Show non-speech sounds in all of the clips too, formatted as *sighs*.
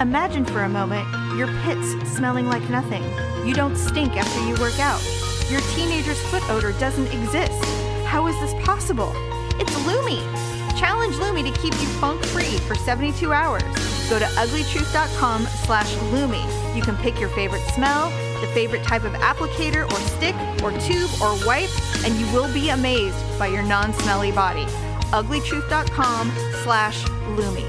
Imagine for a moment your pits smelling like nothing. You don't stink after you work out. Your teenager's foot odor doesn't exist. How is this possible? It's Lumi! Challenge Lumi to keep you funk free for 72 hours. Go to uglytruth.com slash Lumi. You can pick your favorite smell, the favorite type of applicator or stick or tube or wipe, and you will be amazed by your non-smelly body. uglytruth.com slash Lumi.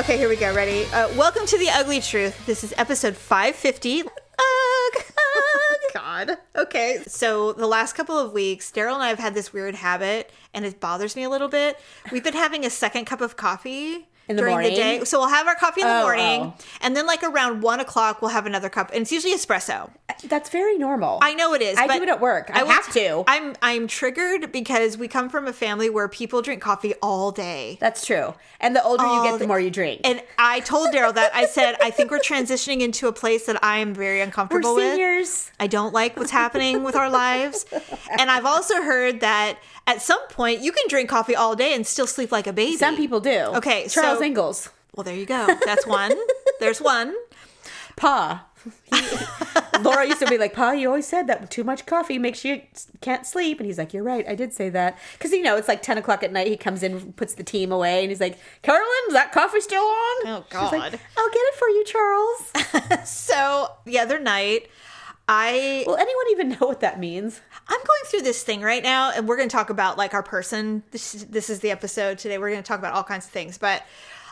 Okay, here we go. Ready? Uh, welcome to the Ugly Truth. This is episode 550. Ugh, ugh. Oh, God. Okay, so the last couple of weeks, Daryl and I have had this weird habit, and it bothers me a little bit. We've been having a second cup of coffee In the during morning? the day. So we'll have our coffee in the Oh, morning, oh. and then like around one o'clock, we'll have another cup, and it's usually espresso. That's very normal. I know it is. I but do it at work. I will- have to. I'm I'm triggered because we come from a family where people drink coffee all day. That's true. And the older you All get, the, the- more you drink. And I told Daryl that I said I think we're transitioning into a place that I am very We're uncomfortable with. seniors. I don't like what's happening with our lives. And I've also heard that at some point you can drink coffee all day and still sleep like a baby. Some people do. Okay, Charles so- Ingalls. Well, there you go. That's one. There's one. *laughs* Pa. Laura used to be like, Pa, you always said that too much coffee makes you s- can't sleep. And he's like, You're right. I did say that. Because, you know, it's like 10 o'clock at night. He comes in, puts the team away, and he's like, Carolyn, is that coffee still on? Oh, She's like, I'll God. get it for you, *laughs* Charles. So the other night, I Will anyone even know what that means? I'm going through this thing right now, and we're going to talk about like our person. This is, this is the episode today. We're going to talk about all kinds of things, but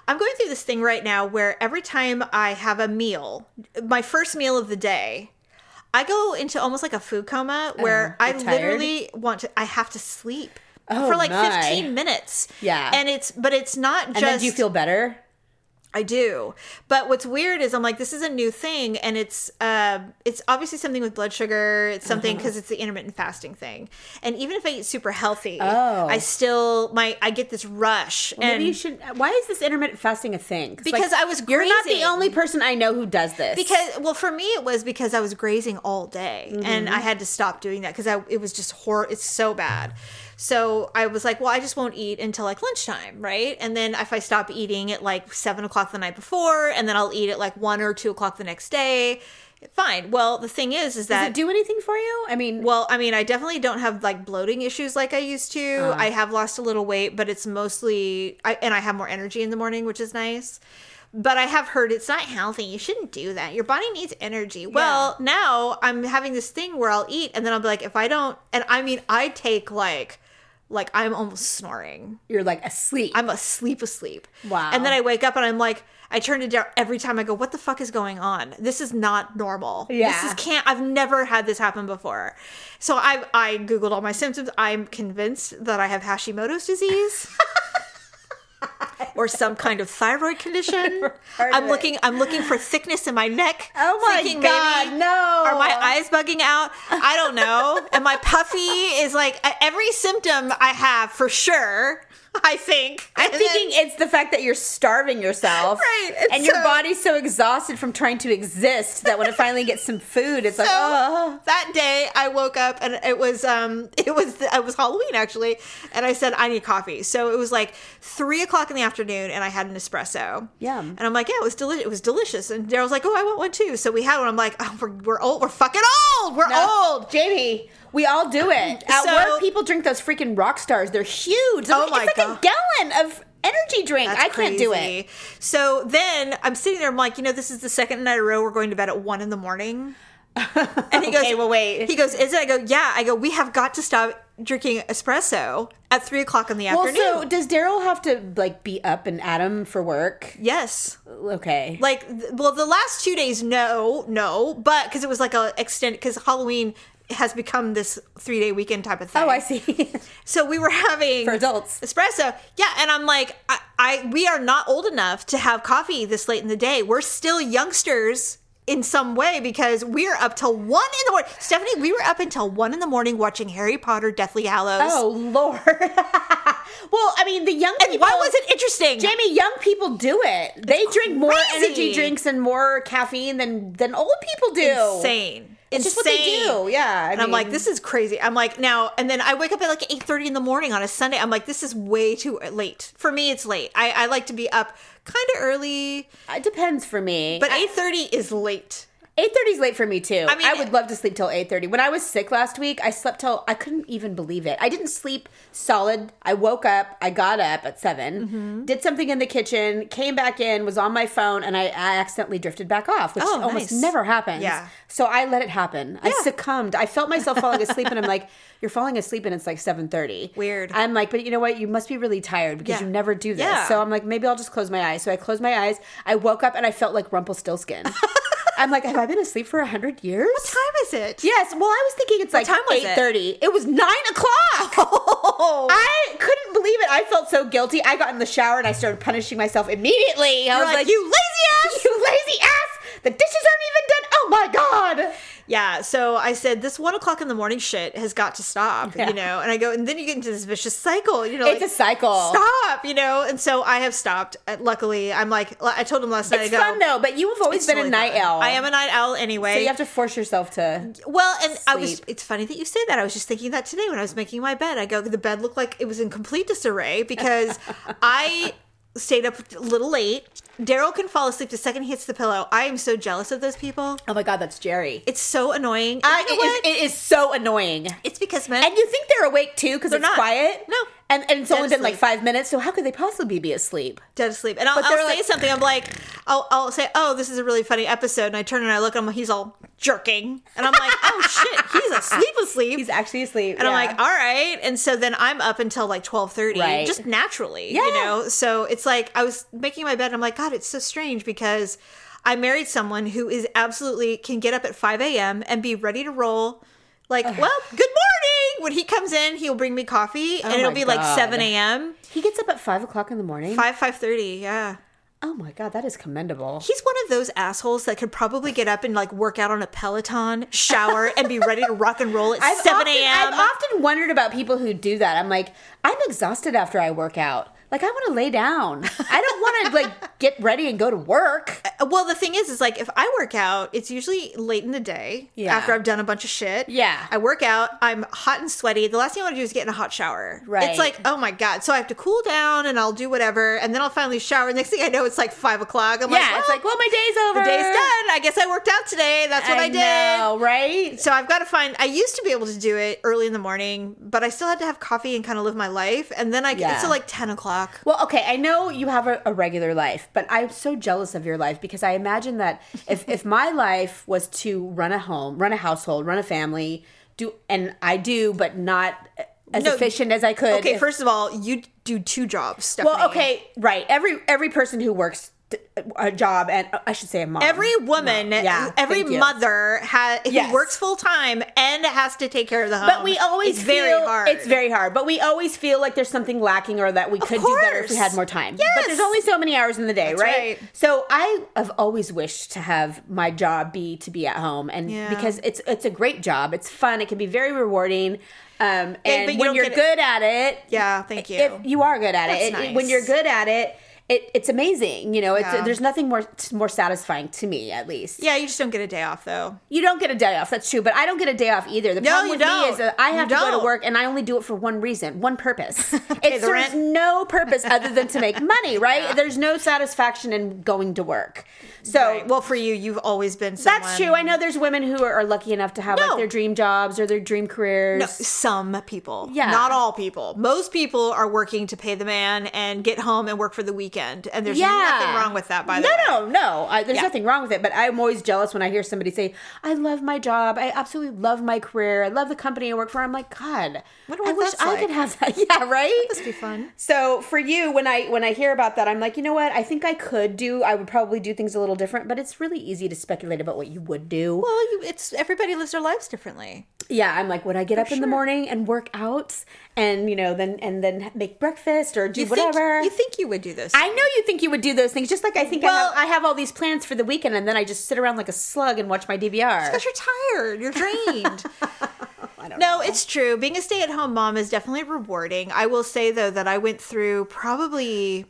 I'm going through this thing right now where every time I have a meal, my first meal of the day, I go into almost like a food coma where Oh, I you're tired? literally want to. I have to sleep Oh, for like my. 15 minutes. Yeah. and it's but it's not And just. then do you feel better? I do. But what's weird is I'm like, this is a new thing, and it's uh, it's obviously something with blood sugar. It's something Uh-huh. because it's the intermittent fasting thing. And even if I eat super healthy, Oh. I still my I get this rush. and Maybe you should. Why is this intermittent fasting a thing? 'Cause, Because I was You're not the grazing. only person I know who does this. because well for me it was because I was grazing all day and I had to stop doing that because I it was just hor it's so bad. So I was like, well, I just won't eat until like lunchtime, right? And then if I stop eating at like seven o'clock the night before, and then I'll eat at like one or two o'clock the next day, fine. Well, the thing is, does is that it do anything for you? I mean, well, I mean, I definitely don't have like bloating issues like I used to. I have lost a little weight, but it's mostly I and I have more energy in the morning, which is nice. But I have heard it's not healthy. You shouldn't do that. Your body needs energy. Well, now I'm having this thing where I'll eat and then I'll be like if I don't and I mean, I take like like I'm almost snoring. you're like asleep. I'm asleep, asleep. Wow. And then I wake up and I'm like, I turn it down every time. I go, what the fuck is going on? This is not normal. This Yeah. is can't. I've never had this happen before. So I I googled all my symptoms. I'm convinced that I have *laughs* Hashimoto's disease. Or some kind of *laughs* thyroid condition. Heard I'm of it. looking. I'm looking for thickness in my neck. Oh my God, no. Are my eyes bugging out? I don't know. Am I puffy? Is like e-, every symptom I have for sure. I think. I'm thinking it's the fact that you're starving yourself, *laughs* Right, and And, your so- body's so exhausted from trying to exist that when it finally gets some food, *laughs* it's like, oh, that day I woke up and it was um it was it was Halloween actually, and I said I need coffee. So it was like three o'clock in the afternoon, and I had an espresso. Yum. And I'm like, yeah, it was delicious. It was delicious. And Daryl's like, oh, I want one too. So we had one. I'm like, oh, we're, we're old. We're fucking old. We're old. Jamie. We all do *laughs* it at So- work. People drink those freaking rock stars. They're huge. Oh it's my like God. a gallon of energy drink. I can't do it. Crazy. So then I'm sitting there. I'm like, you know, this is the second night in a row. We're going to bed at one in *laughs* the morning. And he goes, Okay, well, wait. He goes, is it? I go, yeah. I go, we have got to stop drinking espresso at three o'clock in the Well, afternoon. so does Daryl have to like be up and at him for work? yes. Okay. Like, th- well, the last two days, no, no, but because it was like a extended, because Halloween has become this three day weekend type of thing. Oh, I see. *laughs* *laughs* So we were having For adults. espresso. Yeah, and I'm like, I, I we are not old enough to have coffee this late in the day. We're still youngsters in some way because we're up till one in the morning. Stephanie, we were up until one in the morning watching Harry Potter, Deathly Hallows. *laughs* oh Lord. *laughs* well, I mean, the young people. why was it interesting? Jamie, young people do it. They drink more crazy. energy drinks and more caffeine than than old people do. insane. It's just what they Insane. do. Yeah. I and I'm like, mean- this is crazy. I'm like, now and then I wake up at like 8:30 in the morning on a Sunday. I'm like, this is way too e, late for me. It's late. I, I like to be up kind of early, It depends for me. but 8:30 is late. Eight thirty is late for me too. I mean- would love to sleep till eight thirty. When I was sick last week, I slept till I couldn't even believe it. I didn't sleep solid. I woke up. I got up at 7 Mm-hmm. did something in the kitchen, came back in, was on my phone, and I, I accidentally drifted back off, which Oh, almost nice. never happens. Yeah. So I let it happen. I succumbed. I felt myself falling asleep, and I'm *laughs* like, "You're falling asleep," and it's like seven thirty. Weird. I'm like, but you know what? You must be really tired because Yeah. you never do this. Yeah. So I'm like, maybe I'll just close my eyes. So I closed my eyes. I woke up and I felt like *laughs* Rumpelstiltskin. I'm like, have I been asleep for a hundred years? What time is it? Yes. Well, I was thinking it's like time was it? eight thirty. It? was nine o'clock. Oh. I couldn't believe it. I felt so guilty. I got in the shower and I started punishing myself immediately. I was You're like, like, "You lazy *laughs* ass!" you lazy ass! The dishes aren't even done. Oh my god! Yeah. So I said, this one o'clock in the morning shit has got to stop, Yeah. you know? And I go, and then you get into this vicious cycle, you know? It's like, a cycle. Stop, you know? And so I have stopped. Uh, Luckily, I'm like, I told him last night, It's I go, fun though, but you have always "It's been totally a night fine." owl. I am a night owl anyway. So you have to force yourself to. Well, and I was. Sleep. It's funny that you say that. I was just thinking that today when I was making my bed. I go, the bed looked like it was in complete *laughs* disarray because I stayed up a little late. Daryl can fall asleep the second he hits the pillow. I am so jealous of those people. Oh my god, that's Jerry. It's so annoying. And I, you know it, what? is, it is so annoying. it's because men. And you think they're awake too because They're it's not. quiet. No. And, and it's Dead only been like asleep. five minutes, so how could they possibly be asleep? dead asleep. And I'll, But they're I'll say like- something. I'm like, I'll, I'll say, oh, this is a really funny episode. And I turn and I look, and I'm, he's all jerking. And I'm like, *laughs* oh shit, he's asleep, asleep. He's actually asleep. and I'm yeah. like, all right. And so then I'm up until like 1230, Right. just naturally, you Yeah. know? So it's like, I was making my bed and I'm like, God, it's so strange because I married someone who is absolutely can get up at 5 a.m. and be ready to roll. Like, well, good morning. When he comes in, he'll bring me coffee and it'll Oh my be like God. 7 a.m., He gets up at five o'clock in the morning. 5, 5.30. Yeah. Oh my god, that is commendable. He's one of those assholes that could probably get up and like work out on a Peloton, shower, and be ready to rock and roll at 7 often, *laughs* I've a.m. often wondered about people who do that. I'm like, I'm exhausted after I work out. Like I want to lay down. I don't want *laughs* to like get ready and go to work. Well, the thing is, is like if I work out, it's usually late in the day Yeah. after I've done a bunch of shit. Yeah. I work out, I'm hot and sweaty. The last thing I want to do is get in a hot shower. Right. It's like, oh my God. So I have to cool down and I'll do whatever. And then I'll finally shower. Next thing I know, it's like five o'clock. I'm yeah, like, it's like, well, my day's over. the day's done. I guess I worked out today. That's what I, did. know, right? So I've got to find. I used to be able to do it early in the morning, but I still had to have coffee and kind of live my life. And then I get Yeah. to like ten o'clock. Well, okay, I know you have a, a regular life, but I'm so jealous of your life because I imagine that *laughs* if, if my life was to run a home, run a household, run a family, do and I do, but not as No, efficient as I could. Okay, if- first of all, you do two jobs. Stephanie. well, okay, right. Every every person who works t- a job, and uh, I should say a mom. Every woman, Mom. Yeah, every thank you. mother has who Yes. works full time and has to take care of the home. But we always Um, it's feel very hard. it's very hard. But we always feel like there's something lacking or that we could do better if we course. had more time. Yes. But there's only so many hours in the day, That's right? right. So I have always wished to have my job be to be at home and Yeah. because it's it's a great job. It's fun. It can be very rewarding. Um, and but you when don't you're get- good at it, Yeah, thank you. If you are good at it, That's it- it- nice. when you're good at it, it, it's amazing. You know, it's, Yeah. there's nothing more more satisfying to me, at least. yeah, you just don't get a day off though. You don't get a day off. That's true, but I don't get a day off either. The No, problem you with me don't. is that I You have to go don't. to work, and I only do it for one reason, one purpose. *laughs* Pay it the serves rent. no purpose other than to *laughs* make money, right? There's no satisfaction in going to work. So. Right. Well, for you, you've always been. Someone, that's true. I know there's women who are, are lucky enough to have No. like their dream jobs or their dream careers. No, some people. Yeah. Not all people. Most people are working to pay the man and get home and work for the weekend. And there's nothing wrong with that, by the no, way. No, no, no. I, there's Yeah. nothing wrong with it. But I'm always jealous when I hear somebody say, "I love my job. I absolutely love my career. I love the company I work for." I'm like, God, Wonder I what wish that's I like." could have that. *laughs* Yeah, right. must be fun. So for you, when I when I hear about that, I'm like, you know what? I think I could do. I would probably do things a little different. But it's really easy to speculate about what you would do. Well, you, it's everybody lives their lives differently. Yeah, I'm like, would I get up in the morning and work out, and you know, then and then make breakfast or do You whatever? Think, you think you would do this? I know you think you would do those things, just like I think Well- I, have, I have all these plans for the weekend, and then I just sit around like a slug and watch my DVR. because you're tired, you're drained. *laughs* no, it's true. Being a stay at home mom is definitely rewarding. I will say, though, that I went through probably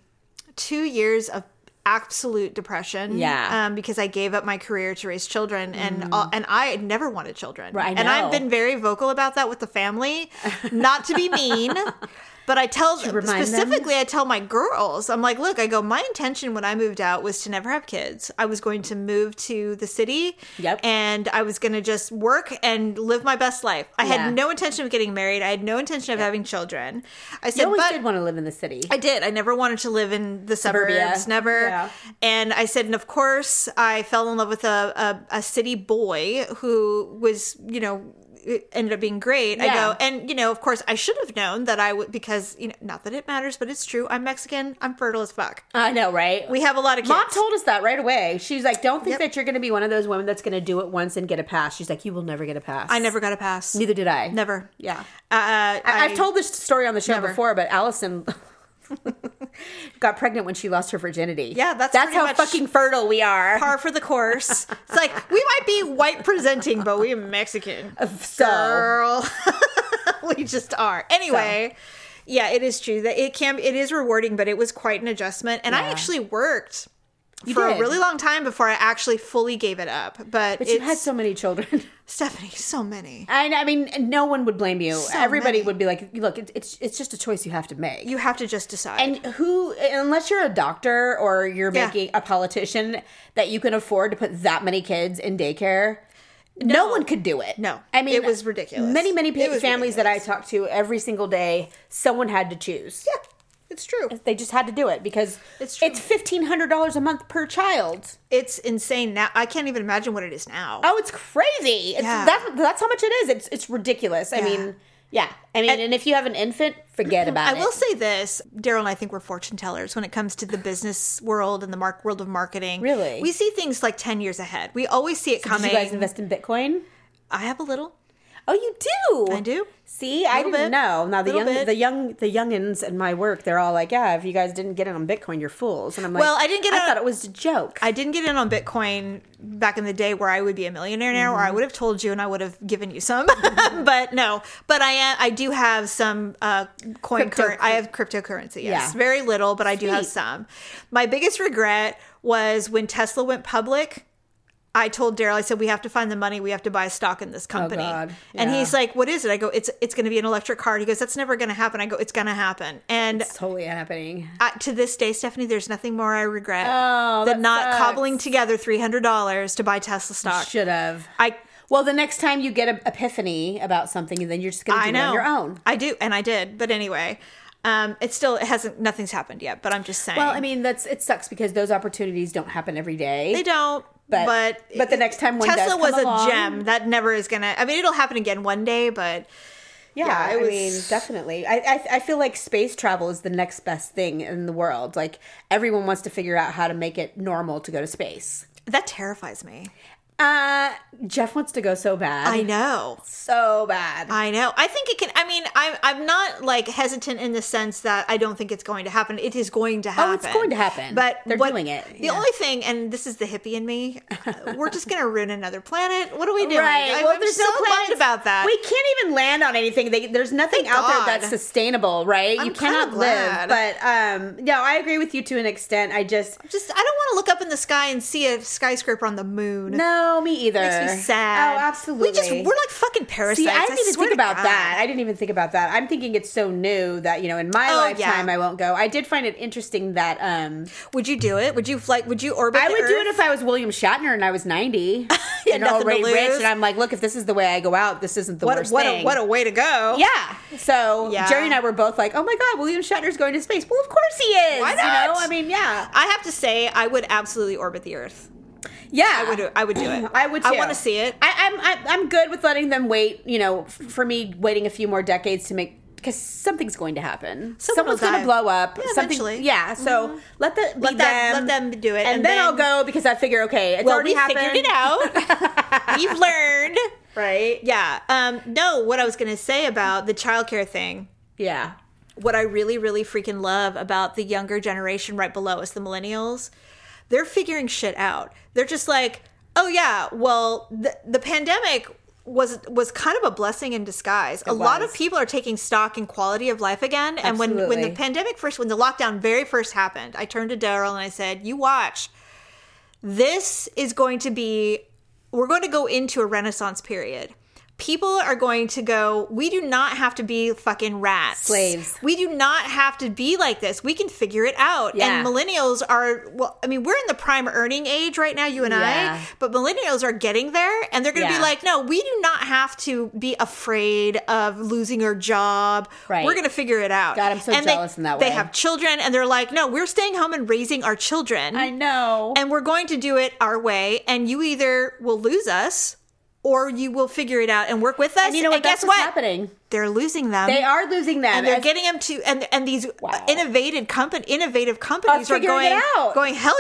two years of absolute depression. Yeah. Mm. Um, because I gave up my career to raise children, and all, and I had never wanted children. Right, I And I've know. been very vocal about that with the family, not to be mean. *laughs* But I tell remind them? specifically, I tell my girls, I'm like, look, I go, my intention when I moved out was to never have kids. I was going to move to the city, Yep. and I was going to just work and live my best life. I Yeah. had no intention of getting married. I had no intention of having children. I You said, always but did want to live in the city. I did. I never wanted to live in the suburbs, Suburbia. never. Yeah. And I said, and of course, I fell in love with a, a, a city boy who was, you know, it ended up being great. I Yeah. go, and, you know, of course, I should have known that I would, because, you know, not that it matters, but it's true. I'm Mexican. I'm fertile as fuck. I know, right? We have a lot of kids. Mom told us that right away. She's like, "Don't think Yep. that you're going to be one of those women that's going to do it once and get a pass." She's like, "You will never get a pass." I never got a pass. Neither did I. Never. Yeah. Uh, I, I, I've told this story on the show Never. before, but Allison *laughs* got pregnant when she lost her virginity. Yeah, that's that's pretty how much fucking fertile we are. par for the course. it's like, we might be white presenting, but we're Mexican. so girl *laughs* we just are anyway yeah it is true that it can it is rewarding but it was quite an adjustment and i Yeah. actually worked for a did. really long time before i actually fully gave it up but, but it's you had so many children, stephanie so many and I mean, no one would blame you. So Everybody many. would be like, "Look, it, it's it's just a choice you have to make." you have to just decide and who, unless you're a doctor or you're Yeah. making a politician, that you can afford to put that many kids in daycare. No, one could do it. No. I mean, It was ridiculous. Many, many pa- It was families that I talked to every single day, someone had to choose. yeah it's true They just had to do it because It's it's true. it's fifteen hundred dollars a month per child. it's insane now i can't even imagine what it is now Oh, it's crazy. It's, Yeah. that, that's how much it is. It's it's ridiculous. I Yeah. mean, yeah. I mean, and, if you have an infant, forget about I it. will say this, Daryl and I think we're fortune tellers when it comes to the business world and the mark world of marketing. Really? we see things like ten years ahead. We always see it Did coming. you guys invest in Bitcoin? I have a little. Oh, you do. I do. See, I Little didn't bit. know. Now the Little young, bit. the young, the youngins in my work, they're all like, "Yeah, if you guys didn't get it on Bitcoin, you're fools." And I'm like, Well, I didn't get I it on- thought it was a joke. I didn't get in on Bitcoin back in the day where I would be a millionaire now, or I Mm-hmm. would have told you and I would have given you some. *laughs* but no, but I am, I do have some uh, coin. Crypto- Cur- I have cryptocurrency. Yes, Yeah. very little, but I do have Sweet. some. My biggest regret was when Tesla went public. I told Daryl, I said, we have to find the money. We have to buy stock in this company. Oh, God. And Yeah. he's like, what is it? I go, it's it's going to be an electric car. He goes, that's never going to happen. I go, it's going to happen. And it's totally happening. I, to this day, Stephanie, there's nothing more I regret Oh, than that not sucks. cobbling together three hundred dollars to buy Tesla stock. Should have. I Well, the next time you get an epiphany about something, and then you're just going to I do it know on your own. I do, and I did. But anyway, um, it still it hasn't nothing's happened yet. But I'm just saying. Well, I mean, that's it sucks because those opportunities don't happen every day. they don't. But but- but, but the next time one does Tesla come was along- a gem that never is gonna. I mean, it'll happen again one day, but Yeah, Yeah, it I was- mean, definitely. I, I I feel like space travel is the next best thing in the world. Like everyone wants to figure out how to make it normal to go to space. that terrifies me. Uh, Jeff wants to go so bad. I know. so bad. I know. I think it can. I mean, I'm I'm not like hesitant in the sense that I don't think it's going to happen. It is going to happen. Oh, it's going to happen. But They're what- doing it, The yeah. only thing, and this is the hippie in me, uh, we're just going to ruin another planet. What are we doing? I, well, am there's so no bummed planets. about that. We can't even land on anything. They, there's nothing Thank out God. there that's sustainable, right? I'm you kinda cannot live. glad. But um, no, I agree with you to an extent. I just just I don't want to look up in the sky and see a skyscraper on the moon. no, me either. It makes me sad. Oh, absolutely. We just we're like fucking parasites. See, I didn't even swear think to about God. that. I didn't even think about that. I'm thinking it's so new that you know, in my Oh, lifetime, yeah. I won't go. I did find it interesting that um, would you do it? Would you fly? Would you orbit? I the would do Earth? it if I was William Shatner and I was *laughs* 90 had and nothing to already rich, lose. and I'm like, look, if this is the way I go out, this isn't the What worst what thing. a, what a way to go. yeah. So Yeah. Jerry and I were both like, oh my god, William Shatner's going to space. Well, of course he is. Why You not? know, I mean, yeah, I have to say, I would absolutely orbit the Earth. yeah. I would. I would do it. *clears throat* I would. Too. I want to see it. I, I'm I, I'm good with letting them wait. You know, f- for me, waiting a few more decades to make because something's going to happen. Someone will Someone's going die. to blow up. Yeah, something, eventually. Mm-hmm. Yeah. So let that be Let that- them. let them do it, and, and then, then- I'll go because I figure okay, it's well, already we happened. figured it out. We've learned. *laughs* right? Yeah. Yeah. Um, no, what I was going to say about the childcare thing, *laughs* yeah. what I really, really freaking love about the younger generation right below us, the millennials, they're figuring shit out. They're just like, oh, yeah, well, the, the pandemic was was kind of a blessing in disguise. a lot of was. people are taking stock in quality of life again. And when when the Absolutely. pandemic first, when the lockdown very first happened, I turned to Daryl and I said, "You watch. This is going to be. We're going to go into a renaissance period." People are going to go, we do not have to be fucking rats. Slaves. We do not have to be like this. We can figure it out. Yeah. And millennials are, well, I mean, we're in the prime earning age right now, you and Yeah. I, but millennials are getting there and they're going to Yeah. be like, no, we do not have to be afraid of losing our job. Right. We're going to figure it out. God, I'm so And they- jealous in that They way. have children and they're like, no, we're staying home and raising our children. I know. and we're going to do it our way. And you either will lose us or you will figure it out and work with us. And you know what? guess That's what's what? happening. They're losing them. They are losing them. And they're as- getting them to and and these Wow. innovative company innovative companies are figuring it going out. going hell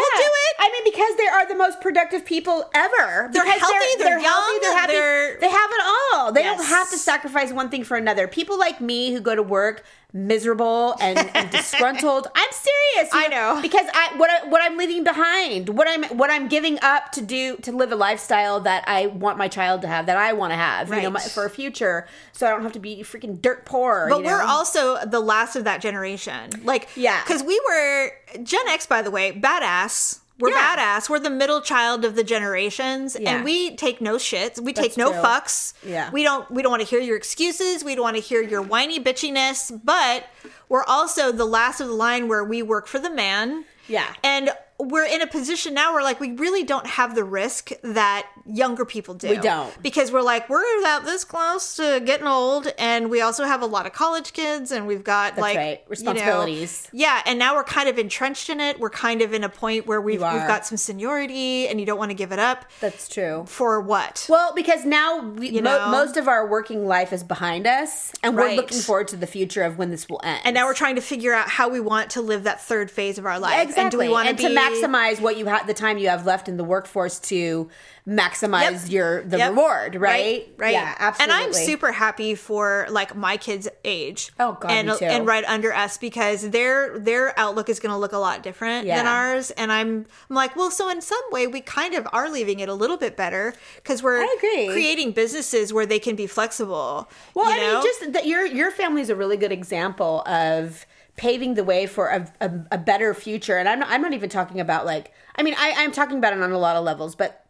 Yeah. we'll do it I mean, because they are the most productive people ever. They're Because healthy, they're young, happy. they're- They have it all. They don't Yes. have to sacrifice one thing for another. People like me who go to work miserable and, *laughs* and disgruntled. I'm serious. you I know. because I what I, what I'm leaving behind, what I'm what I'm giving up to do to live a lifestyle that I want my child to have, that I want to have, you know, Right. my, for a future, so I don't have to be freaking dirt poor. But you know? we're also the last of that generation. Like, Yeah. Because we were Gen X, by the way, badass. We're Yeah. badass. We're the middle child of the generations, Yeah. and we take no shits. We That's take no true. fucks. Yeah. we don't. We don't want to hear your excuses. We don't want to hear your whiny bitchiness. But we're also the last of the line where we work for the man. Yeah. and we're in a position now where like we really don't have the risk that younger people do. We don't. Because we're like, we're about this close to getting old, and we also have a lot of college kids, and we've got like right. you know- Responsibilities. yeah, and now we're kind of entrenched in it. We're kind of in a point where we've, You we've are. got some seniority, and you don't want to give it up that's true. for what? Well, because now we, mo- know? most of our working life is behind us, and we're Right. looking forward to the future of when this will end. and now we're trying to figure out how we want to live that third phase of our life. exactly And do we want and be maximize what you have the time you have left in the workforce to maximize Yep. your the Yep. reward, right? Right. Yeah, absolutely. And I'm super happy for like my kids' age. Oh, God, and me too. and right under us because their their outlook is going to look a lot different than Yeah. ours. And I'm I'm like, well, so in some way, we kind of are leaving it a little bit better because we're I agree. creating businesses where they can be flexible. Well, you I know? mean, just that your your family is a really good example of paving the way for a, a, a better future. And I'm not, I'm not even talking about like I mean I I'm talking about it on a lot of levels, but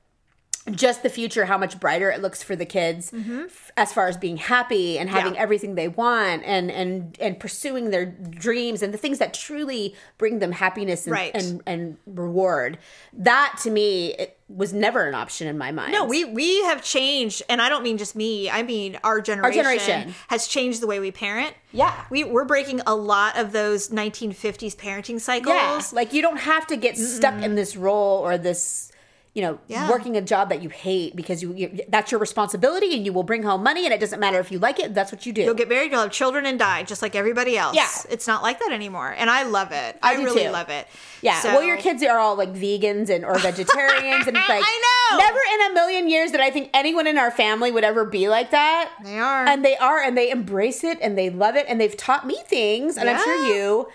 just the future, how much brighter it looks for the kids f- as far as being happy and having Mm-hmm. Yeah. everything they want and and and pursuing their dreams and the things that truly bring them happiness and Right. and, and reward. That to me it was never an option in my mind. No, we we have changed, and I don't mean just me. I mean our generation, generation. has changed the way we parent. Yeah. we we're breaking a lot of those 1950s parenting cycles. Yeah, like you don't have to get stuck in this role or this, you know, Yeah. working a job that you hate because you, you that's your responsibility and you will bring home money and it doesn't matter if you like it. That's what you do. You'll get married, you'll have children, and die just like everybody else. Yeah. it's not like that anymore, and I love it. I, do really too. love it. yeah. So- well, your kids are all like vegans and or vegetarians *laughs* and it's like I know. never in a million years that I think anyone in our family would ever be like that. They are. and they are and they embrace it and they love it and they've taught me things and I'm sure Yeah. you.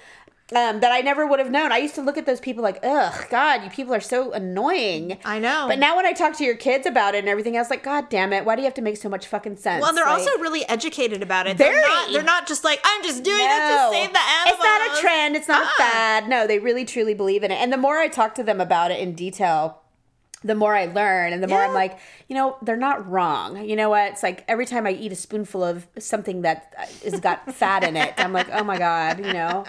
Um, that I never would have known. I used to look at those people like, ugh, God, you people are so annoying. I know. But now when I talk to your kids about it and everything, I was like, God damn it, why do you have to make so much fucking sense? well, and they're Like, also really educated about it. Very. They're not, they're not just like I'm just doing this no. to save the animals. It's not a trend. It's not Ah. a fad. No, they really truly believe in it. And the more I talk to them about it in detail, the more I learn, and the more I'm Yeah. like, you know, they're not wrong. You know what? It's like every time I eat a spoonful of something that has got fat in it, I'm like, oh my god, you know,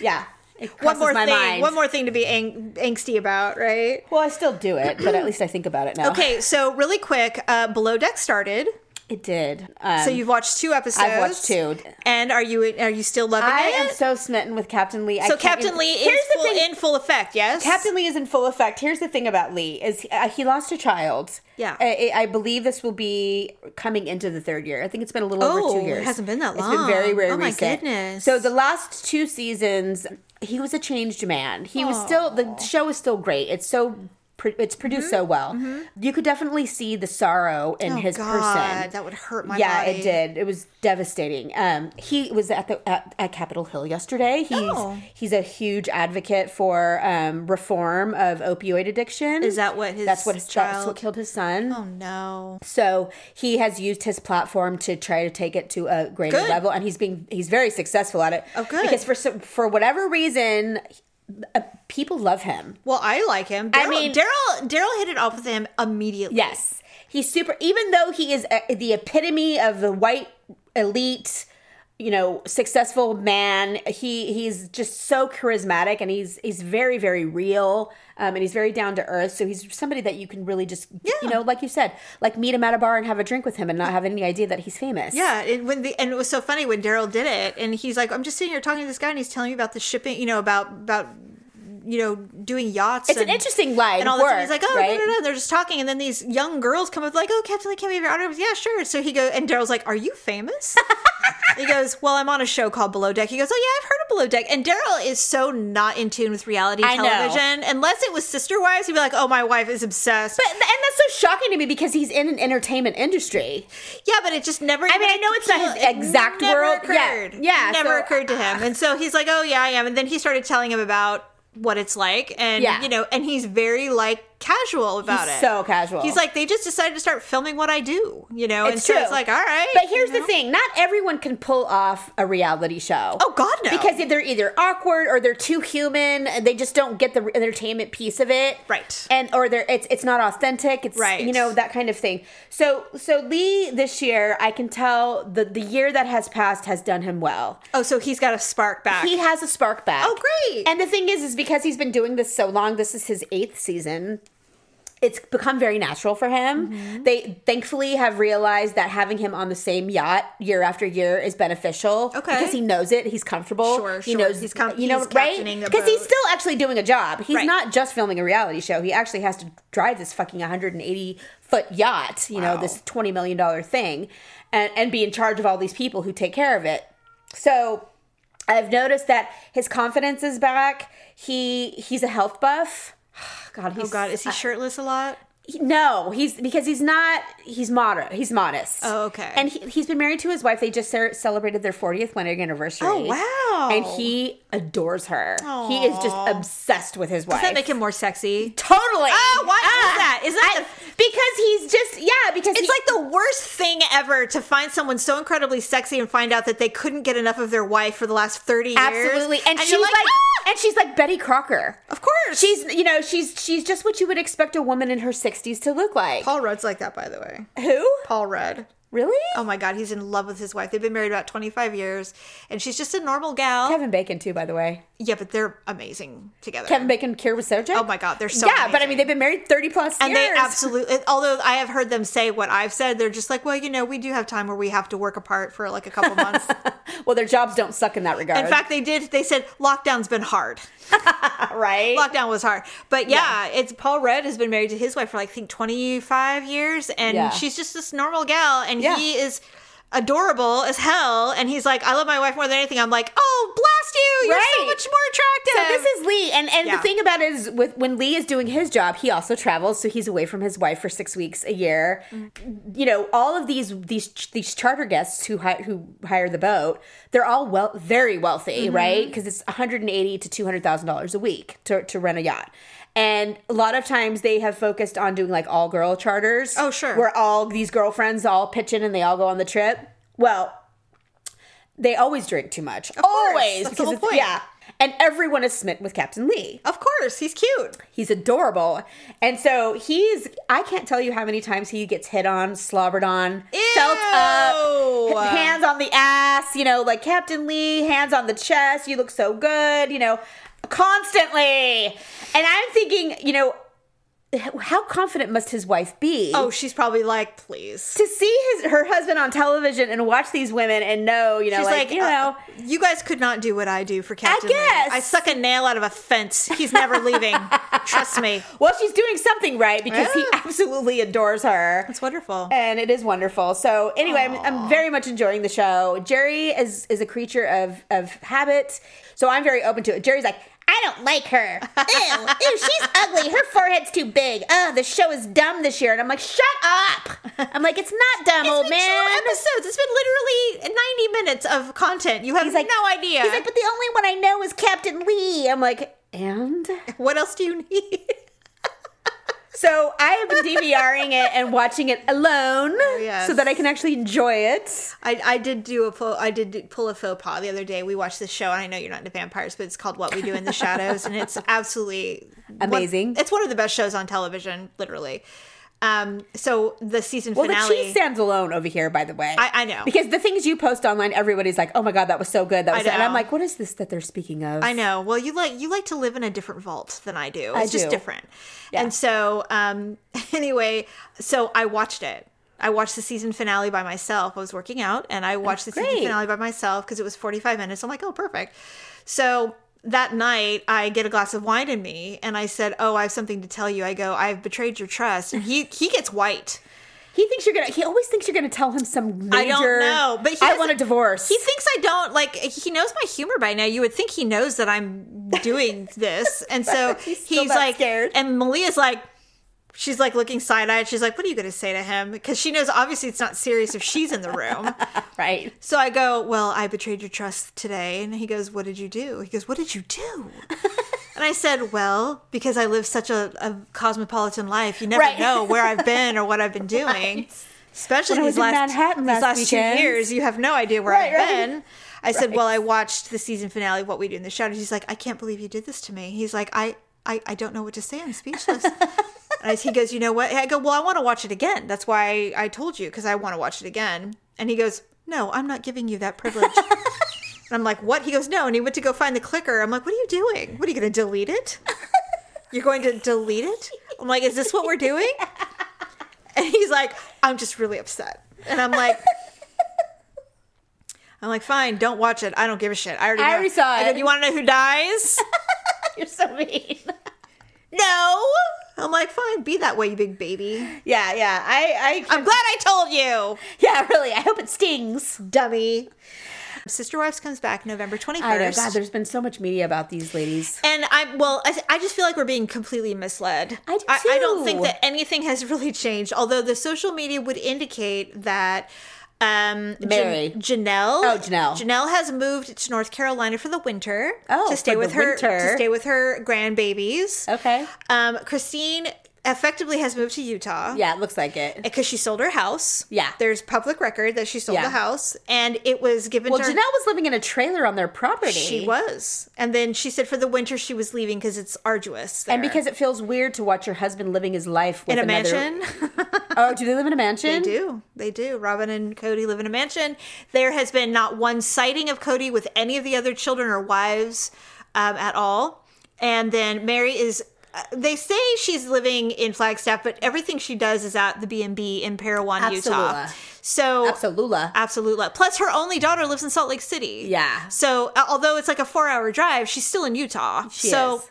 yeah. It One crosses more my thing. mind. One more thing to be ang- angsty about, right? Well, I still do it, but at least I think about it now. Okay, so really quick, uh, Below Deck started. it did. Um, So you've watched two episodes. I've watched two. And are you are you still loving I it? am so smitten with Captain Lee. I so can't Captain even- Lee is Here's the full, thing. in full effect. Yes, Captain Lee is in full effect. Here's the thing about Lee is uh, he lost a child. Uh, Yeah. I, I believe this will be coming into the third year. I think it's been a little Oh, over two it years. hasn't been that It's been very long. rare. Oh my goodness. So the last two seasons, he was a changed man. He was still the show is still great. It's so pro- it's produced so Mm-hmm. well. You could definitely see the sorrow in his person. Oh, that would hurt my yeah, body. it did. It was devastating. Um, he was at the at, at Capitol Hill yesterday. He's Oh. he's a huge advocate for um, reform of opioid addiction. Is that what his that's what his child that's child- what killed his son? Oh no. So he has used his platform to try to take it to a greater Good. level, and he's being he's very successful at it. Oh, good. Because for some, for whatever reason, uh, people love him. Well, I like him. Daryl, I mean- Daryl Daryl hit it off with him immediately. Yes, he's super. Even though he is uh the epitome of the white elite, you know, successful man, he he's just so charismatic, and he's he's very very real, um, and he's very down to earth. So he's somebody that you can really just, you know, like you said, like meet him at a bar and have a drink with him, and not have any idea that he's famous. Yeah, and when the and it was so funny when Daryl did it, and he's like, "I'm just sitting here talking to this guy, and he's telling me about the shipping, you know, about about you know doing yachts." It's an and- interesting line And all of this, and he's work, like, "Oh right? no, no, no!" They're just talking, and then these young girls come up like, "Oh, Captain, can we have your autograph?" Yeah, sure. So he goes, and Daryl's like, "Are *laughs* you famous?" he goes, "Well, I'm on a show called Below Deck." He goes, "Oh yeah, I've heard of Below Deck." And Daryl is so not in tune with reality I know. television. Unless it was Sister Wives, he'd be like, "Oh, my wife is obsessed." But, and that's so shocking to me because he's in an entertainment industry. Yeah, but it just never. I mean, I know it's not his exact never world- yeah, Occurred. yeah, never so- occurred to him, and so he's like, "Oh yeah, I am." And then he started telling him about what it's like, and Yeah. you know, and he's very like casual about He's it. so casual. He's like, they just decided to start filming what I do, you know, Oh, and It's so true. it's like, all right. But here's you know? the thing: not everyone can pull off a reality show. Oh God, no. Because they're either awkward or they're too human, and they just don't get the re- entertainment piece of it, Right. And or they're it's it's not authentic. It's Right. you know that kind of thing. So so Lee this year, I can tell the the year that has passed has done him well. oh, so he's got a spark back. He has a spark back. Oh, great. And the thing is, is because he's been doing this so long, this is his eighth season. It's become very natural for him. Mm-hmm. They thankfully have realized that having him on the same yacht year after year is beneficial. Okay. because he knows it. He's comfortable. Sure, he sure. knows He's com- You know, he's captaining right? the Because he's boat. still actually doing a job. He's Right. not just filming a reality show. He actually has to drive this fucking 180 foot yacht. You know, Wow. this 20 million dollar thing, and and be in charge of all these people who take care of it. So I've noticed that his confidence is back. He he's a health buff. *sighs* God, he's, oh God, is he shirtless a lot? he- no, he's because he's not. He's moderate. He's modest. Oh, okay. And he, he's been married to his wife. They just cer- celebrated their 40th wedding anniversary. Oh, wow. And he adores her. He is just Aw. obsessed with his wife. Does that make him more sexy? totally? Oh, why is Ah. that? Is that I- the because he's just yeah? Because It's like the worst thing ever to find someone so incredibly sexy and find out that they couldn't get enough of their wife for the last 30 years. absolutely, and, she's you're like, "Ah!" and she's like Betty Crocker. of course. She's, you know, she's she's just what you would expect a woman in her 60s to look like. Paul Rudd's like that, by the way. Who? Paul Rudd. Really? Oh my God, he's in love with his wife. They've been married about 25 years, and she's just a normal gal. Kevin Bacon too, by the way. yeah, but they're amazing together. Kevin Bacon, Kira Wisoja. Oh my God, they're so yeah, but I amazing. mean, they've been married 30 plus and years. they absolutely, although I have heard them say what I've said, they're just like, well, you know, we do have time where we have to work apart for like a *laughs* couple months. well, their jobs don't suck in that regard. In fact, they did. They said lockdown's been hard. *laughs* right? lockdown was hard. But yeah, it's Paul Rudd has been married to his wife for like I think 25 years and Yeah. she's just this normal gal and Yeah. he is adorable as hell and he's like I love my wife more than anything. I'm like, "Oh, blast you. You're so Right. much more so attractive." this is Lee, and and Yeah. the thing about it is, with when Lee is doing his job, he also travels, so he's away from his wife for six weeks a year. Mm-hmm. You know, all of these these these charter guests who hi- who hire the boat, they're all well very wealthy, Mm-hmm. right? Because it's one hundred and eighty to two hundred thousand dollars a week to to rent a yacht. And a lot of times they have focused on doing like all girl charters. Oh, sure. Where all these girlfriends all pitch in and they all go on the trip. Well, they always drink too much. course. always. That's the whole because it's- point. Yeah. And everyone is smitten with Captain Lee. of course, he's cute. He's adorable. And so he's, I can't tell you how many times he gets hit on, slobbered on, felt Ew. up, hands on the ass, you know, like Captain Lee, hands on the chest, you look so good, you know, constantly. And I'm thinking, you know, how confident must his wife be? Oh, she's probably like, "Please." To see his her husband on television and watch these women and know, you know, She's like, like, you uh, know, you guys could not do what I do for Captain. Lee. guess. I suck a nail out of a fence. He's *laughs* never leaving. Trust me. Well, she's doing something right because he Yeah. absolutely adores her. It's wonderful. And it is wonderful. So anyway, I'm, I'm very much enjoying the show. Jerry is is a creature of of habit, so I'm very open to it. Jerry's like, I I don't like her. Ew, *laughs* ew, she's ugly. Her forehead's too big. Ugh, the show is dumb this year. And I'm like, shut up. I'm like, it's not dumb, It's old been Oh, man. two episodes. It's been literally 90 minutes of content. You have He's like, no idea. He's like, but the only one I know is Captain Lee. I'm like, and what else do you need? so I have been DVRing it and watching it alone, Oh, yes. so that I can actually enjoy it. *laughs* I, I did do a pull, I did do- pull a faux pas the other day. We watched this show, and I know you're not into vampires, but it's called What We Do in the Shadows, and it's absolutely one- Amazing. it's one of the best shows on television, literally. Um, so the season Well, finale. the cheese stands alone over here, by the way. I- I know. because the things you post online, everybody's like, "Oh my god, that was so good." That was, so-" and know. I'm like, "What is this that they're speaking of?" I know. Well, you like you like to live in a different vault than I do. It's just do. different. And so, um, *laughs* anyway, so I watched it. I watched the season finale by myself. I was working out, and I watched the great. season finale by myself because it was forty five minutes. I'm like, oh, perfect. So that night, I get a glass of wine in me, and I said, oh, I have something to tell you. I go, I've betrayed your trust. And he he gets white. He thinks you're gonna. He always thinks you're gonna tell him some major. I don't know, but he I doesn't- want a divorce. He thinks I don't like. He knows my humor by now. You would think he knows that I'm doing *laughs* this, and so He's he's, still not like scared. And Malia's like, she's like looking side eyed. She's like, "What are you going to say to him?" Because she knows obviously it's not serious if she's in *laughs* the room. *laughs* right. so I go, "Well, I betrayed your trust today," and he goes, "What did you do?" He goes, "What did you *laughs* do?" And I said, "Well, because I live such a, a cosmopolitan life, you never Right. know where I've been or what *laughs* I've been doing. Especially When I was these in last Manhattan these last last weekend. two years, you have no idea where Right, I've right. been." I said, "Well, I watched the season finale of What We Do in the Shadows." He's like, "I can't believe you did this to me." He's like, "I, I, I don't know what to say. *laughs* I'm speechless." and I, he goes, "You know what?" I go, "Well, I want to watch it again. That's why I, I told you because I want to watch it again." And he goes, "No, I'm not giving you *laughs* that privilege." And I'm like, what? He goes, no. And he went to go find the clicker. I'm like, what are you doing? What are you going to delete it? You're going to delete it? I'm like, is this what *laughs* we're doing? And he's like, I'm just really upset. And I'm like, I'm like, fine, don't watch it. I don't give a shit. I already, I know. already saw I go, it. "Do you want to know *laughs* who dies? You're so mean. no. I'm like, fine, be that way, you big baby. Yeah, yeah. I, I, I'm glad I told you, yeah, really. I hope it stings. dummy. Sister Wives comes back November 21st. I know. God, there's been so much media about these ladies. And I well, I, I just feel like we're being completely misled. I do I, don't too. think that anything has *laughs* really changed. Although the social media would indicate that um Jan- Mary. Janelle Oh, Janelle. Janelle has moved to North Carolina for the winter Oh, to stay for the with her winter. to stay with her grandbabies. Okay. Um, Christine effectively has moved to Utah Yeah, it looks like it. because she sold her house. Yeah. there's public record that she sold Yeah. the house, and it was given Well, to Janelle her. was living in a trailer on their property. She was. And then she said for the winter she was leaving because it's arduous. And there. because it feels weird to watch your husband living his life with in a another- mansion, *laughs* Oh, do they live in a mansion? they do. They do. Robin and Cody live in a mansion. There has been not one sighting of Cody with any of the other children or wives um, at all. And then Mary is. uh, They say she's living in Flagstaff, but everything she does is at the B and B in Parowan, Utah. Absolutely. So Absolula. Absolutely. Plus, her only daughter lives in Salt Lake City. Yeah. So, uh, although it's like a four hour drive, she's still in Utah. She so, is.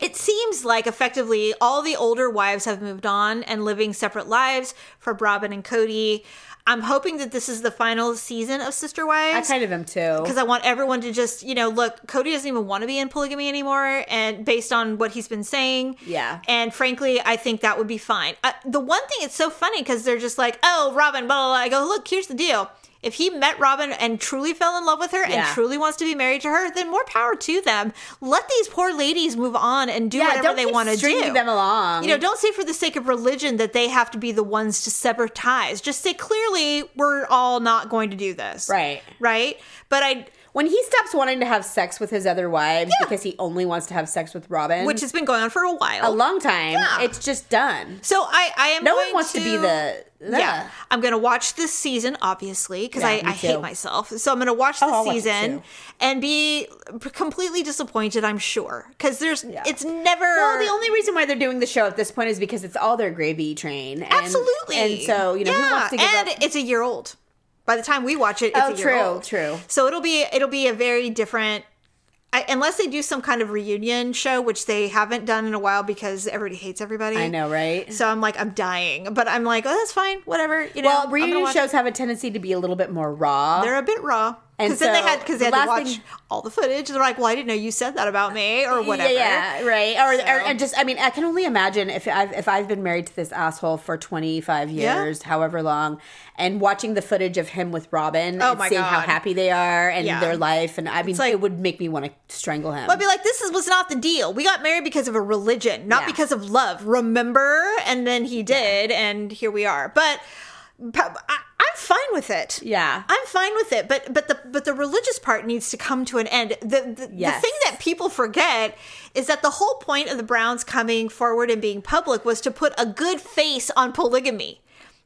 it seems like effectively all the older wives have moved on and living separate lives for Robin and Cody. I'm hoping that this is the final season of Sister I Wives. kind of am too. because I want everyone to just, you know, look, Cody doesn't even want to be in polygamy anymore. And based on what he's been saying. Yeah. And frankly, I think that would be fine. Uh, the one thing, it's so funny because they're just like, oh, Robin, blah, blah, blah. I go, look, here's the deal. If he met Robin and truly fell in love with her Yeah. and truly wants to be married to her, then more power to them. Let these poor ladies move on and do whatever don't they keep want to stringing do. them along. You know, don't say for the sake of religion that they have to be the ones to sever ties. Just say clearly we're all not going to do this. Right. Right. But I, when he stops wanting to have sex with his other wives because he only wants to have sex with Robin, which has been going on for a a while. long time, Yeah. it's just done. So I, I am. No one going wants to, be the. the- Yeah, I'm gonna watch this season obviously because Yeah, I, me I too. Oh, hate myself. So I'm gonna watch I'll the watch it season too. and be p- completely disappointed. I'm sure because there's it's never. Well, the only reason why they're doing the show at this point is because it's all their gravy train. And, absolutely And so you know yeah. who wants to give and up? it's a year old. By the time we watch it, it's Oh, a year true, old. true. So it'll be it'll be a very different. I, unless they do some kind of reunion show, which they haven't done in a while because everybody hates everybody. I know, right? So I'm like, I'm dying, but I'm like, oh, that's fine, whatever. You know, I'm well, gonna reunion watch it. shows have a tendency to be a little bit more raw. They're a bit raw. And Because then they so had because they the had to last watch thing- all the footage. They're like, "Well, I didn't know you said that about me," or whatever. Yeah, yeah, right. Or, or, So- and just I mean, I can only imagine if I've if I've been married to this asshole for twenty five Yeah. years, however long, and watching the footage of him with Robin Oh and my seeing how God. happy they are and Yeah. their life, and I mean, like- it would make me want to strangle him. I'd be like, "This is, was not the deal. We got married because of a religion, not Yeah. because of love." Remember? And then he did, and here we are. But pa- I, I'm fine with it. Yeah. I'm fine with it. But but the but the religious part needs to come to an end. The the, Yes. the thing that people forget is that the whole point of the Browns coming forward and being public was to put a good face on polygamy.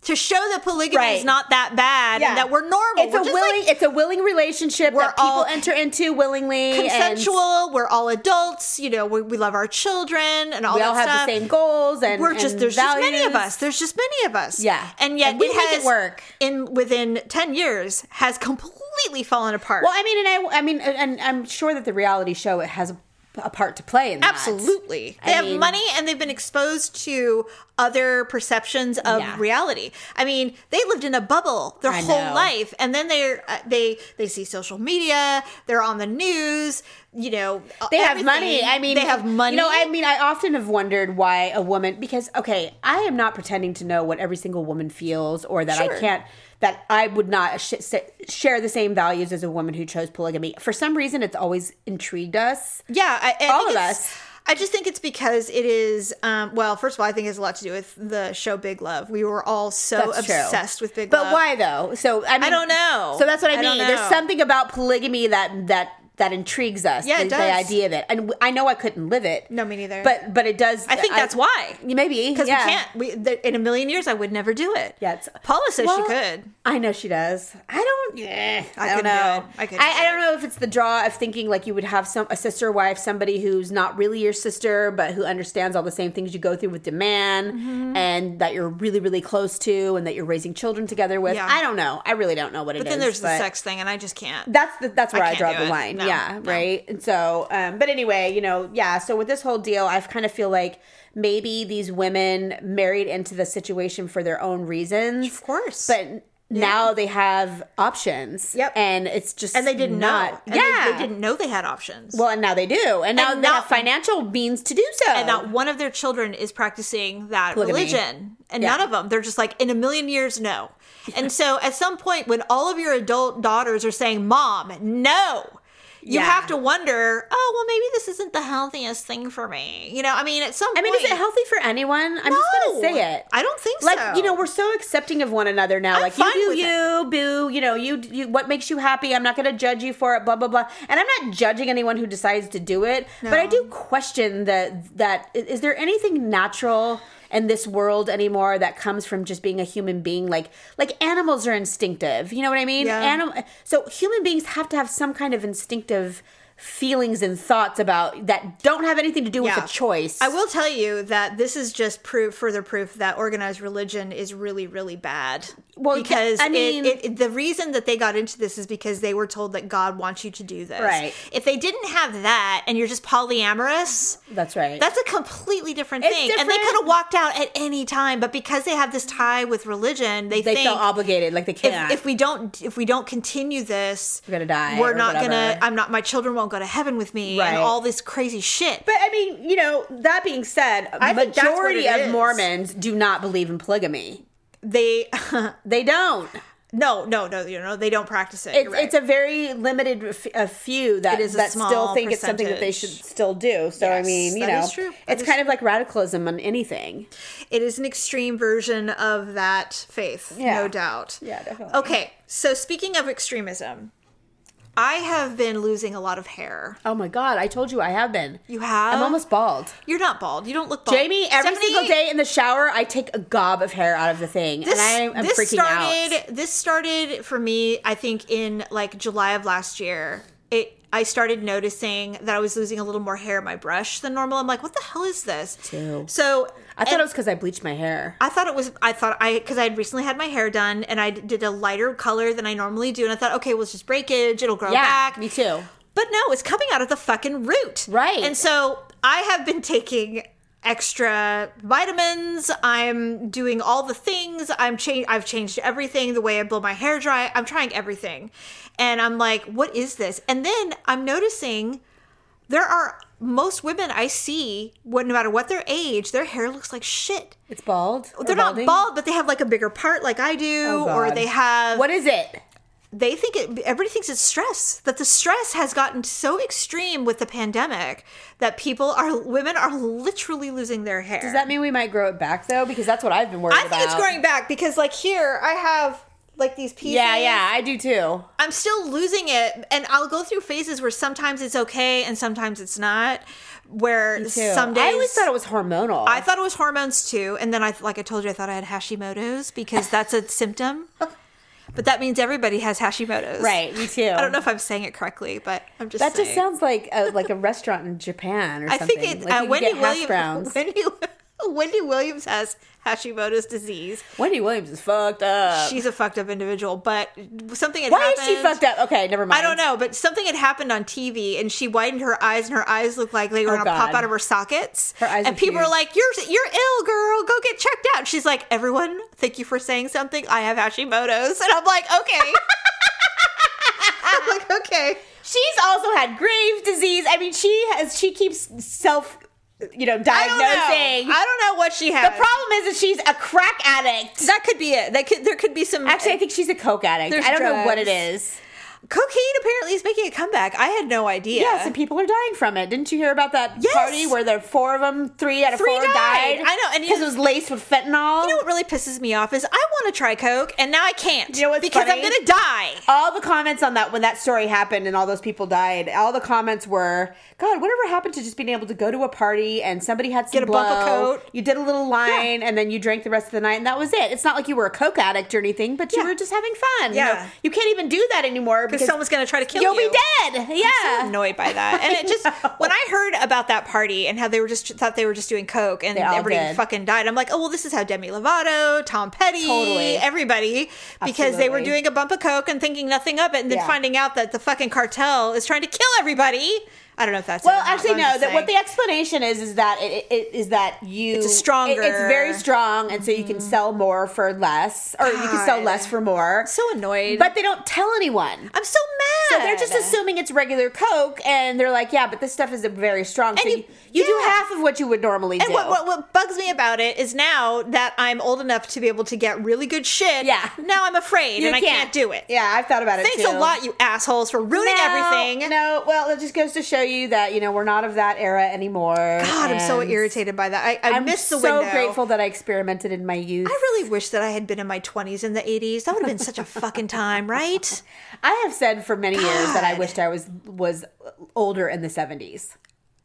To show that polygamy Right. is not that bad and that we're normal. It's We're a just like willing, it's a willing relationship We're that people all enter into willingly. and consensual. We're all adults. You know, we, we love our children and all we that all have stuff. the same goals, and We're just and there's just many of values. us. There's just many of us. Yeah. and yet And we it make it has work. in within ten years has completely fallen apart. Well, I mean, and I, I mean, and- and I'm sure that the reality show it has a, a part to play in that. Absolutely. I They have mean- money and they've been exposed to other perceptions of Yeah. reality. I mean, they lived in a bubble their I whole know. life and then they're uh, they they see social media, they're on the news, you know, They everything. have money. I mean, they have money. You know, I mean, I often have wondered why a woman, because, okay, I am not pretending to know what every single woman feels or that Sure. I can't, that I would not sh- sa- share the same values as a woman who chose polygamy. For some reason, it's always intrigued us. Yeah, I, I All think of it's- us. I just think it's because it is. Um, well, first of all, I think it has a lot to do with the show Big Love. We were all so That's true. Oh, obsessed with Big Love. But why though? So I mean, don't know. So that's what I, I don't mean. There's know. something about polygamy that that that intrigues us. Yeah, the, it the does. idea of it, and w- I know I couldn't live it. No, me neither. But but it does. I think that's why. Maybe Because yeah. we can't. We th- in a million years, I would never do it. Yeah, it's- Paula says Well, she could. I know she does. I don't. Yeah, I, don't couldn't do know. it. I couldn't I, do I don't know if it's the draw of thinking like you would have some a sister wife, somebody who's not really your sister, but who understands all the same things you go through with the man, Mm-hmm. and that you're really really close to, and that you're raising children together with. Yeah. I don't know. I really don't know what it is. But then there's the but- sex thing, and I just can't. that's the, that's where I, can't draw do the it. line. No, yeah, no. right. And so, um, but anyway, you know, yeah. So with this whole deal, I kind of feel like maybe these women married into the situation for their own reasons, Of course. But now they have options. Yep. and it's just and they didn't know. not. And yeah, they, they didn't know they had options. Well, and now they do, and now And they not- have financial means to do so. and not one of their children is practicing that Polygamy. religion and Yeah. none of them they're just like in a million years no and so at some point when all of your adult daughters are saying mom no you Yeah. have to wonder oh well maybe this isn't the healthiest thing for me you know i mean at some I point mean, is it healthy for anyone? I'm just gonna No. say it. i don't think like so you know we're so accepting of one another now I'm like fine you do with you boo you know you, you what makes you happy i'm not going to judge you for it blah blah blah and i'm not judging anyone who decides to do it but i do question that that i- is there anything natural in this world anymore that comes from just being a human being like like animals are instinctive you know what i mean Yeah. Anim- so human beings have to have some kind of instinctive feelings and thoughts about that don't have anything to do Yeah. with a choice I will tell you that this is just proof, further proof that organized religion is really, really bad. Well, yeah, because I it- mean- it, it- the reason that they got into this is because they were told that God wants you to do this. Right. If they didn't have that, and you're just polyamorous, that's right that's a completely different It's thing. And they different. could have walked out at any time, but because they have this tie with religion, they, they think feel obligated like they can't if, if we don't if we don't continue this We're gonna die we're or not gonna whatever. i'm not my children won't go to heaven with me Right. and all this crazy shit But I mean, you know, that being said, I think that's what majority it of is. Mormons do not believe in polygamy. they *laughs* They don't. No, no, no, you know, they don't practice it. It's, You're right. it's a very limited f- a few that, It is a that still small think it's something that they should percentage. still do. So I Yes, mean, you that know, is true. That it's is kind of like radicalism on anything. it is an extreme version of that faith, Yeah. no doubt. Yeah, definitely. Okay, so speaking of extremism, I have been losing a lot of hair. Oh my God! I told you I have been. You have? I'm almost bald. You're not bald. You don't look bald. Jamie, every Stephanie, single day in the shower, I take a gob of hair out of the thing, This, and I am this freaking started. out. This started for me. I think in like July of last year. It. I started noticing that I was losing a little more hair in my brush than normal. I'm like, what the hell is this? Too. So I thought and- it was because I bleached my hair. I thought it was. I thought I because I had recently had my hair done and I did a lighter color than I normally do, and I thought, okay, well, it's just breakage. It'll grow yeah, back. me too. But no, it's coming out of the fucking root, Right. And so I have been taking extra vitamins. I'm doing all the things. I'm change. I've changed everything. The way I blow my hair dry. I'm trying everything, and I'm like, what is this? And then I'm noticing there are most women I see, what no matter what their age, their hair looks like shit. It's bald. or They're not balding? bald, but they have like a bigger part, like I do, Oh, or God. they have What is it? they think it, everybody thinks it's stress that the stress has gotten so extreme with the pandemic that people are women are literally losing their hair. Does that mean we might grow it back though? Because that's what I've been worried I about. think it's growing back because like here I have like these pieces. Yeah, yeah, I do too. I'm still losing it, and I'll go through phases where sometimes it's okay and sometimes it's not. Where too. some days I always thought it was hormonal. I thought it was hormones too, and then I like I told you I thought I had Hashimoto's because *laughs* that's a symptom. But that means everybody has Hashimoto's, right, me too. *laughs* I don't know if I'm saying it correctly, but I'm just That saying. just sounds like a, like a restaurant in Japan or I something. think it's like uh, you could Wendy get hash Williams. *laughs* browns. Wendy, Wendy Williams has Hashimoto's disease. Wendy Williams is fucked up. She's a fucked up individual, but something had Uh, Why happened. is she fucked up? Okay, never mind. I don't know, but something had happened on TV, and she widened her eyes, and her eyes looked like they were Oh, gonna pop God. out of her sockets. Her eyes and are people were huge. like, "You're you're ill, girl. Go get checked out." She's like, "Everyone, thank you for saying something. I have Hashimoto's," and I'm like, *laughs* "Okay." I'm like, "Okay." She's also had Graves' disease. I mean, she has. She keeps self, you know, I don't diagnosing. know. I don't know what she has. the problem is that she's a crack addict. That could be it. That could there could be some Actually, I think she's a coke addict. There's I don't know what it drugs. is. cocaine apparently is making a comeback. I had no idea. Yes, and people are dying from it. Didn't you hear about that Yes. party where there four of them, three out of Three four died. died. I know, and you- because it was laced with fentanyl. you know what really pisses me off is I want to try coke and now I can't. You know what's because I'm funny? gonna die. all the comments on that when that story happened and all those people died, all the comments were, "God, whatever happened to just being able to go to a party and somebody had some Get a bump of blow, coke." you did a little line, and then you drank the rest of the night, and that was it. It's not like you were a coke addict or anything, but Yeah. you were just having fun. Yeah. you, know? you can't even do that anymore Because because someone's gonna try to kill you'll you. be dead. I'm so Yeah, annoyed by that. And *laughs* it just when I heard about that party and how they were just thought they were just doing coke and They all everybody did. fucking died. I'm like, oh well, this is how Demi Lovato, Tom Petty, Totally. everybody, because they were Absolutely. doing a bump of coke and thinking nothing of it, and then Yeah. finding out that the fucking cartel is trying to kill everybody. I don't know if that's it or Well, not, actually, but I'm no. just That what saying. the explanation is is that it, it is that you It's a it- stronger- Mm. it's very strong, and so you can sell more for less, or you can sell God. less for more. so annoyed. but they don't tell anyone. I'm so So mad. they're just assuming it's regular Coke, and they're like, "Yeah, but this stuff is very strong. So And you, you- you do yeah. half of what you would normally And do." what, what, what bugs me about it is now that I'm old enough to be able to get really good shit, Yeah. now I'm afraid You and I can't do it. Yeah, I've thought about it. Thanks too. a lot, you assholes, for ruining No, everything. No, well, it just goes to show you that you know we're not of that era anymore. God, I'm so and irritated by that. I, I I'm missed the so window. grateful that I experimented in my youth. I really wish that I had been in my 20s and the 80s. That would have been such a fucking time, right? I have said for many years that I God. wished I was was older in the seventies.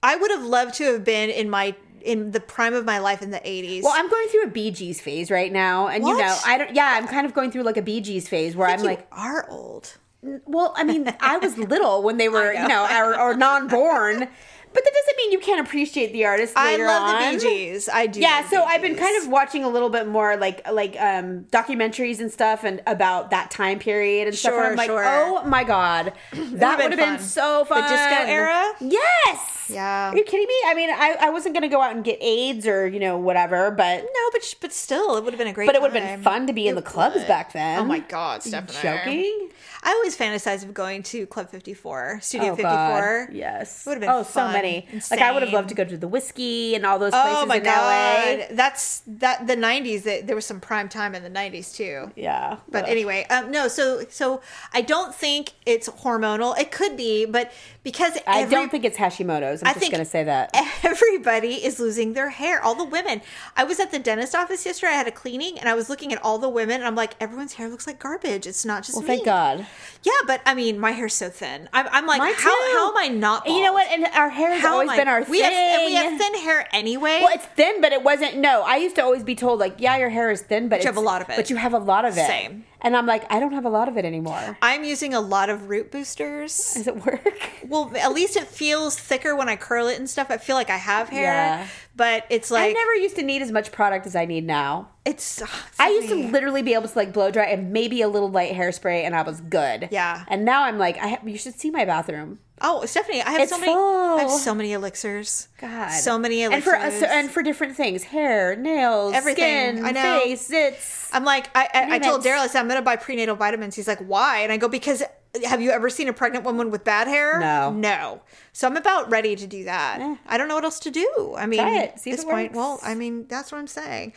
I would have loved to have been in my in the prime of my life in the 80s. Well, I'm going through a Bee Gees phase right now, and What? you know, I don't. Yeah, I'm kind of going through like a Bee Gees phase where I'm you like, are old. well, I *laughs* mean, I was little when they were, I know. you know, or, or non-born, but that doesn't mean you can't appreciate the artist. I later love on. the Bee Gees. I do. Yeah, love so Bee I've been Gees. kind of watching a little bit more like like um documentaries and stuff and about that time period and stuff. Sure, And I'm like, sure. oh my *clears throat* god, that been would have been fun. so The fun. disco era? Yes. Yeah. Are you kidding me? I mean, I, I wasn't gonna go out and get AIDS or you know whatever, but No, but but still, it would have been a great. but it would have time. been fun to be in the clubs back then. Oh my God, Stephanie! Joking? I always fantasize of going to Club Fifty Four, Studio Oh, Fifty God. Four. Yes. It would've been oh, so fun. many. Like I would have Insane. loved to go to the whiskey and all those places Oh my in God, LA. that's that the '90s. That there was some prime time in the '90s too. Yeah. But Ugh. anyway, um, no. So so I don't think it's hormonal. It could be, but because I every- don't think it's Hashimoto's. I'm I just think gonna say that. *laughs* Everybody is losing their hair. All the women. I was at the dentist office yesterday. I had a cleaning, and I was looking at all the women, and I'm like, everyone's hair looks like garbage. It's not just Well, me. thank God. Yeah, but I mean, my hair's so thin. I'm, I'm like, Mine how, too. how am I not? And you know what? And our hair has How always am I- been our we thing. Have, and we have thin hair anyway. well, it's thin, but it wasn't. No, I used to always be told like, "Yeah, your hair is thin, but you it's- have a lot of it. But you have a lot of it. Same. And I'm like, I don't have a lot of it anymore. I'm using a lot of root boosters. Does it work? Well, at least it feels thicker when I curl it and stuff. I feel like I have hair, Yeah. but it's I like never used to need as much product as I need now. it's. ugh, I used to Stephanie. literally be able to like blow dry and maybe a little light hairspray, and I was good. Yeah. And now I'm like, I ha- you should see my bathroom. Oh, Stephanie, I have It's so many. I have full. so many elixirs. God. so many and elixirs. for us and for different things, hair, nails, Everything. skin, I know. face. It's I'm like, I, I, I told Vitamins. Daryl, I said, I'm going to buy prenatal vitamins. He's like, why? And I go, because have you ever seen a pregnant woman with bad hair? No. Eh. No. So I'm about ready to do that. I don't know what else to do. I mean, Try it. at See if this it point, works. well, I mean, that's what I'm saying.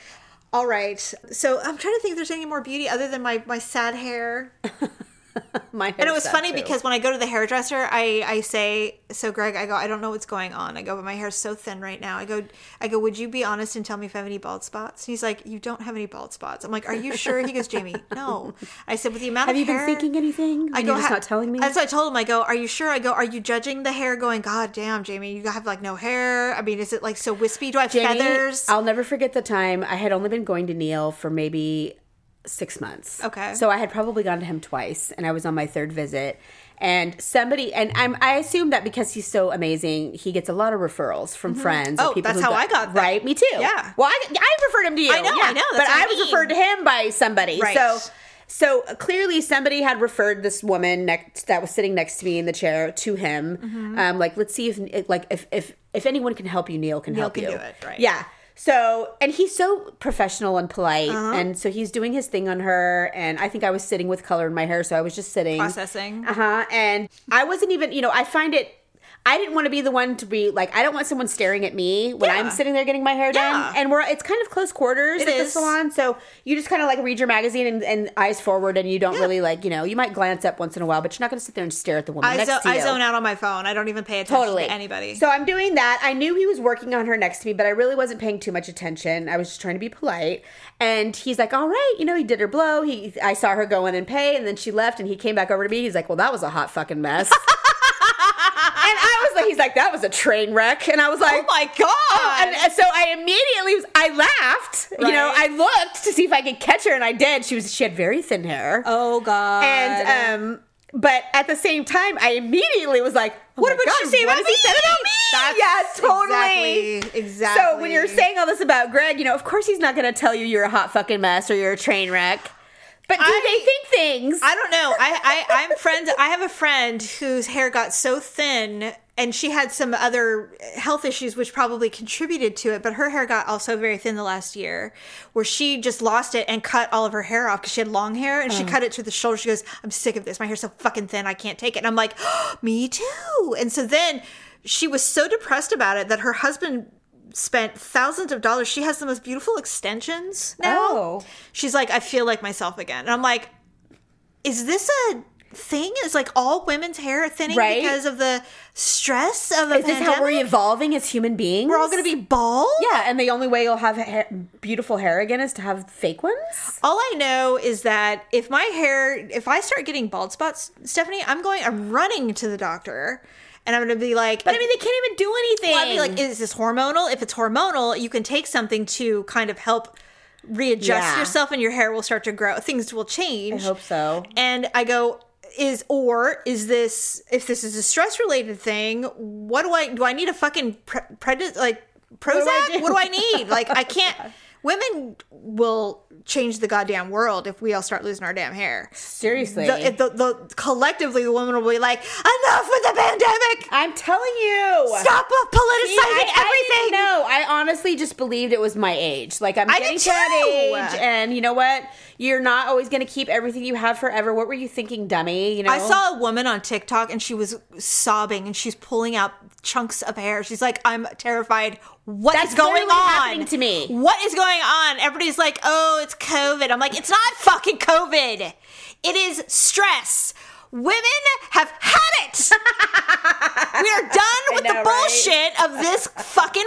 All right. So I'm trying to think if there's any more beauty other than my, my sad hair. my. And it was funny because when I go to the hairdresser, I, I say, so Greg, I go, I don't know what's going on. I go, but my hair's so thin right now. I go, I go, would you be honest and tell me if I have any bald spots? And he's like, you don't have any bald spots. I'm like, are you sure? He goes, Jamie, *laughs* no. I said, with the amount have of you been hair- thinking anything? And you're just "Ha- not telling me. That's what I told him. I go, are you sure? I go, are you judging the hair? Going, God damn, Jamie, you have like no hair. I mean, is it like so wispy? Do I have Jenny, feathers? I'll never forget the time I had only been going to Neil for maybe six months. Okay. So I had probably gone to him twice, and I was on my third visit. And somebody, and I'm, I assume that because he's so amazing, he gets a lot of referrals from friends. or Oh, people that's who how I got that. Right, me too. Yeah. Well, I, I referred him to you. I know, I yeah, know, that's but what I I was mean. referred to him by somebody. Right. So, so clearly somebody had referred this woman next that was sitting next to me in the chair to him. Mm-hmm. Um, like, let's see if like if if if anyone can help you, Neil can help can you. do it, right. Yeah. So, and he's so professional and polite. Uh-huh. And so he's doing his thing on her. And I think I was sitting with color in my hair. So I was just sitting. Processing. Uh huh. And I wasn't even, you know, I find it, I didn't want to be the one to be like, I don't want someone staring at me when Yeah. I'm sitting there getting my hair Yeah. done. And we're, it's kind of close quarters It at is. the salon. So you just kind of like read your magazine and, and eyes forward. And you don't really like, you know, you might glance up once in a while, but you're not going to sit there and stare at the woman I, next zo- to you I zone out on my phone. I don't even pay attention totally to anybody. So I'm doing that. I knew he was working on her next to me, but I really wasn't paying too much attention. I was just trying to be polite. And he's like, "All right, you know, he did her blow. He, I saw her go in and pay, and then she left, and he came back over to me. He's like, "Well, that was a hot fucking mess." *laughs* and I was like, "He's like, that was a train wreck," and I was like, oh my God. and and so I immediately was, I laughed. You know, I Right. looked to see if I could catch her, and I did. She was she had very thin hair oh God. and um but at the same time i immediately was like what my about God, you say what Oh what does has he said he about me That's yeah totally exactly- so when you're exactly. saying all this about greg you know of course he's not going to tell you you're a hot fucking mess or you're a train wreck but do I- they think things I don't know. I, I I'm friends. I have a friend whose hair got so thin, and she had some other health issues, which probably contributed to it. But her hair got also very thin the last year, where she just lost it and cut all of her hair off because she had long hair and she cut it to the shoulder. She goes, "I'm sick of this. My hair's so fucking thin. I can't take it." And I'm like, "Oh, "Me too." And so then she was so depressed about it that her husband spent thousands of dollars. She has the most beautiful extensions now. Oh. She's like, "I feel like myself again." And I'm like, is this a thing? Is like all women's hair thinning Right. because of the stress of a is this pandemic? how we're evolving as human beings We're all going to be bald? yeah and the only way you'll have ha- beautiful hair again is to have fake ones All I know is that if my hair, if I start getting bald spots, Stephanie, I'm going, I'm running to the doctor and I'm going to be like, but i mean they can't even do anything I'd be like, is this hormonal? If it's hormonal, you can take something to kind of help readjust Yeah. yourself and your hair will start to grow. Things will change. i hope so and I go is or is this if this is a stress related thing what do I do I need a fucking pre- predi- like Prozac I what do, do? I need like *laughs* I can't women will change the goddamn world if we all start losing our damn hair seriously the, if the, the collectively the women will be like enough with the pandemic i'm telling you stop *laughs* politicizing everything No, I honestly just believed it was my age. Like I'm I getting did to that too. age, and you know what? You're not always going to keep everything you have forever. What were you thinking, dummy? You know, I saw a woman on TikTok and she was sobbing and she's pulling out chunks of hair. She's like, I'm terrified. What is That's going literally on? happening to me. What is going on? Everybody's like, oh, it's COVID. I'm like, it's not fucking COVID. It is stress. Women have had it. *laughs* we are done with know, the right? bullshit of this fucking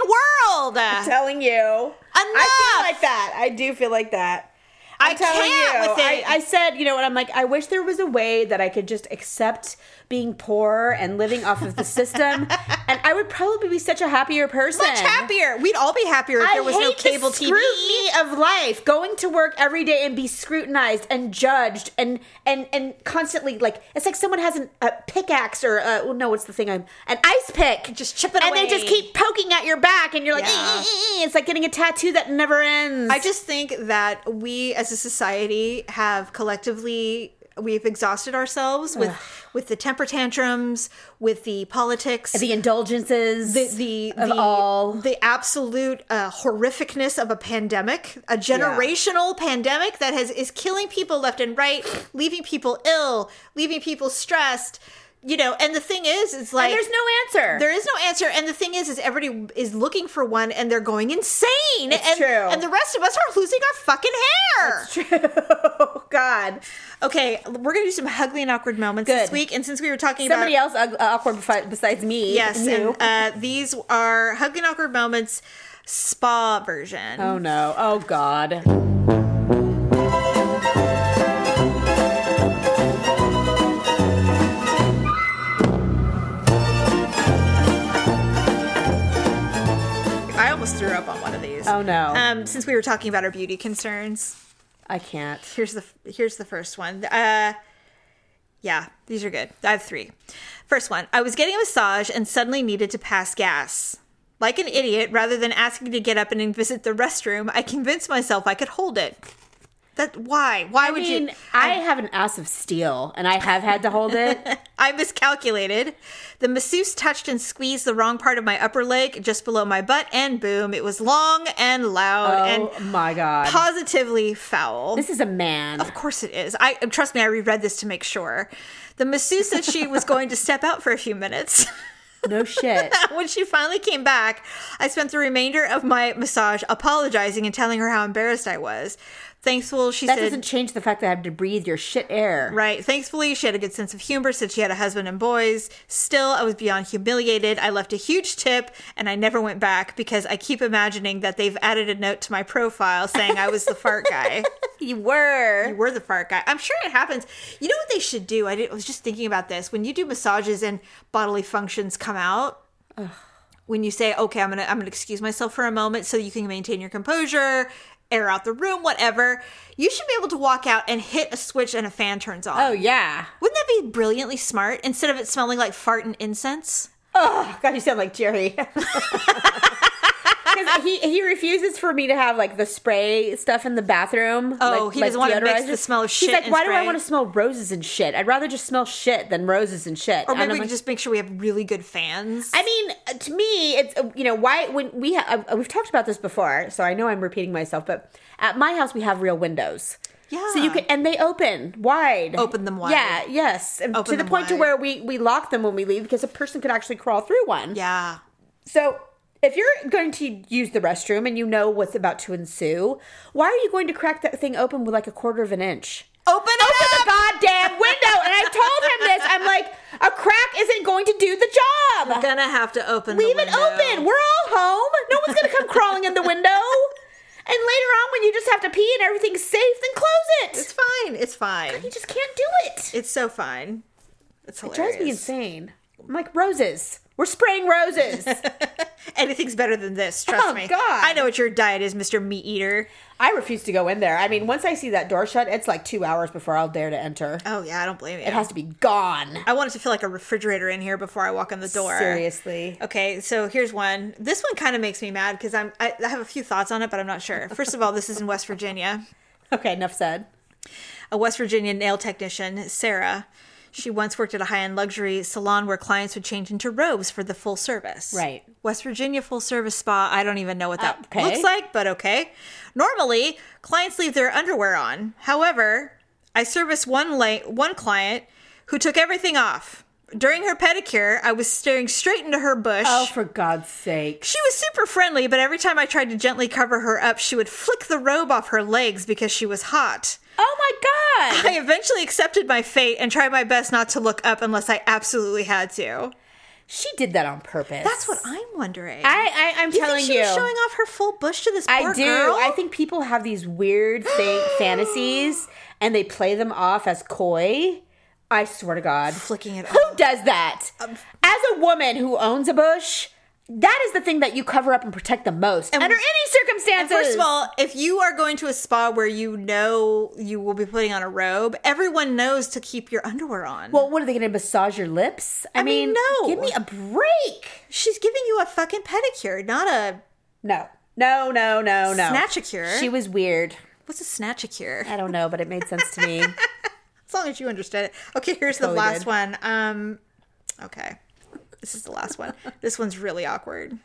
*laughs* world. telling you. I Enough! feel like that. I do feel like that. I I'm telling can't you, with I, it. I said, you know, and I'm like, I wish there was a way that I could just accept being poor and living off of the *laughs* system, and I would probably be such a happier person. Much happier. We'd all be happier if I there was no hate cable the TV. scrutiny of life. Going to work every day and be scrutinized and judged and and and constantly like it's like someone has an, a pickaxe or uh, well, no, what's the thing? I'm an ice pick, Just chip it and away. they just keep poking at your back, and you're like, Yeah. "Eh, eh, eh, eh." it's like getting a tattoo that never ends. I just think that we as a society have collectively we've exhausted ourselves with with the temper tantrums, with the politics, The indulgences. the the of the, all. the absolute uh, horrificness of a pandemic, a generational pandemic that has is killing people left and right, leaving people ill, leaving people stressed. You know, and the thing is, it's like and there's no answer. there is no answer, and the thing is, is everybody is looking for one, and they're going insane. and, true. And the rest of us are losing our fucking hair. *laughs* oh, God. Okay, we're gonna do some ugly and awkward moments this Good. week, and since we were talking about Somebody else ug- awkward befi- besides me. Yes, You. and uh, these are Hug and Awkward Moments spa version. oh, no. Oh, God. I almost threw up on one of these. Oh, no. Um, since we were talking about our beauty concerns, I can't. here's the here's the first one. Uh, yeah, these are good. I have three. First one: I was getting a massage and suddenly needed to pass gas. Like an idiot, rather than asking to get up and visit the restroom, I convinced myself I could hold it. That why? Why I would mean, you? I have an ass of steel, and I have had to hold it. I miscalculated. The masseuse touched and squeezed the wrong part of my upper leg just below my butt, and boom, it was long and loud oh *laughs* and my god! positively foul. this is a man. of course it is. I trust me, I reread this to make sure. The masseuse said she was going *laughs* to step out for a few minutes. *laughs* No shit. when she finally came back, I spent the remainder of my massage apologizing and telling her how embarrassed I was. Thankful, she That said doesn't change the fact that I have to breathe your shit air. Right. Thankfully, she had a good sense of humor since she had a husband and boys. Still, I was beyond humiliated. I left a huge tip and I never went back because I keep imagining that they've added a note to my profile saying I was the fart guy. *laughs* You were. You were the fart guy. I'm sure it happens. You know what they should do? I, did, I was just thinking about this. When you do massages and bodily functions come out, when you say, "Okay, I'm gonna I'm gonna excuse myself for a moment so you can maintain your composure." Air out the room, whatever. You should be able to walk out and hit a switch and a fan turns on. Oh yeah. Wouldn't that be brilliantly smart instead of it smelling like fart and incense? Oh god, you sound like Jerry. *laughs* 'Cause he he refuses for me to have like the spray stuff in the bathroom. Oh, like, he doesn't wanna mix deodorizers. the smell of He's shit like, and why do I spray?" want to smell roses and shit? I'd rather just smell shit than roses and shit. Or And maybe I'm we like, could just make sure we have really good fans. I mean, uh, to me, it's uh, you know why when we have uh, we've talked about this before, so I know I'm repeating myself, but at my house we have real windows. So you Yeah. can and they open wide. Open them wide. Yeah. Yes. And Open to the them point to wide. where we we lock them when we leave because a person could actually crawl through one. yeah. So if you're going to use the restroom and you know what's about to ensue, why are you going to crack that thing open with like a quarter of an inch? Open it Open up! the goddamn window! And I told him this. I'm like, a crack isn't going to do the job. We're gonna have to open. Leave the it open. We're all home. No one's gonna come crawling in the window. And later on, when you just have to pee and everything's safe, then close it. It's fine. It's fine. you just can't do it. It's so fine. It's It hilarious. drives me insane. I'm like roses. We're spraying *laughs* roses. Anything's better than this. Trust Oh, me. God. I know what your diet is, Mister Meat Eater. I refuse to go in there. I mean, once I see that door shut, it's like two hours before I'll dare to enter. Oh yeah, I don't blame you. It has to be gone. I want it to feel like a refrigerator in here before I walk in the door. Seriously. Okay, so here's one. This one kind of makes me mad because I'm I, I have a few thoughts on it, but I'm not sure. First of all, this is in West Virginia. Okay, enough said. a West Virginia nail technician, Sarah. She once worked at a high end luxury salon where clients would change into robes for the full service. Right. West Virginia full service spa. I don't even know what that Okay. looks like, but okay. Normally, clients leave their underwear on. However, I serviced one, la- one client who took everything off. During her pedicure, I was staring straight into her bush. Oh, for God's sake. She was super friendly, but every time I tried to gently cover her up, she would flick the robe off her legs because she was hot. Oh my God. I eventually accepted my fate and tried my best not to look up unless I absolutely had to. *laughs* She did that on purpose. That's what I'm wondering. I, I I'm you telling think she you. was showing off her full bush to this poor I do. girl? I think people have these weird *gasps* fa- fantasies and they play them off as coy. I swear to God. flicking it. Who does that? um, As a woman who owns a bush, that is the thing that you cover up and protect the most under any circumstances. First of all, if you are going to a spa where you know you will be putting on a robe, everyone knows to keep your underwear on. well, what are they going to massage your lips? I, mean, no. Give me a break. she's giving you a fucking pedicure, not a No, no, no, no, no. Snatch-a-cure? She was weird. what's a snatch a cure? *laughs* I don't know, but it made sense to me. As long as you understand it. Okay, here's Totally the last did. one. Um, okay, this is the last *laughs* one. this one's really awkward.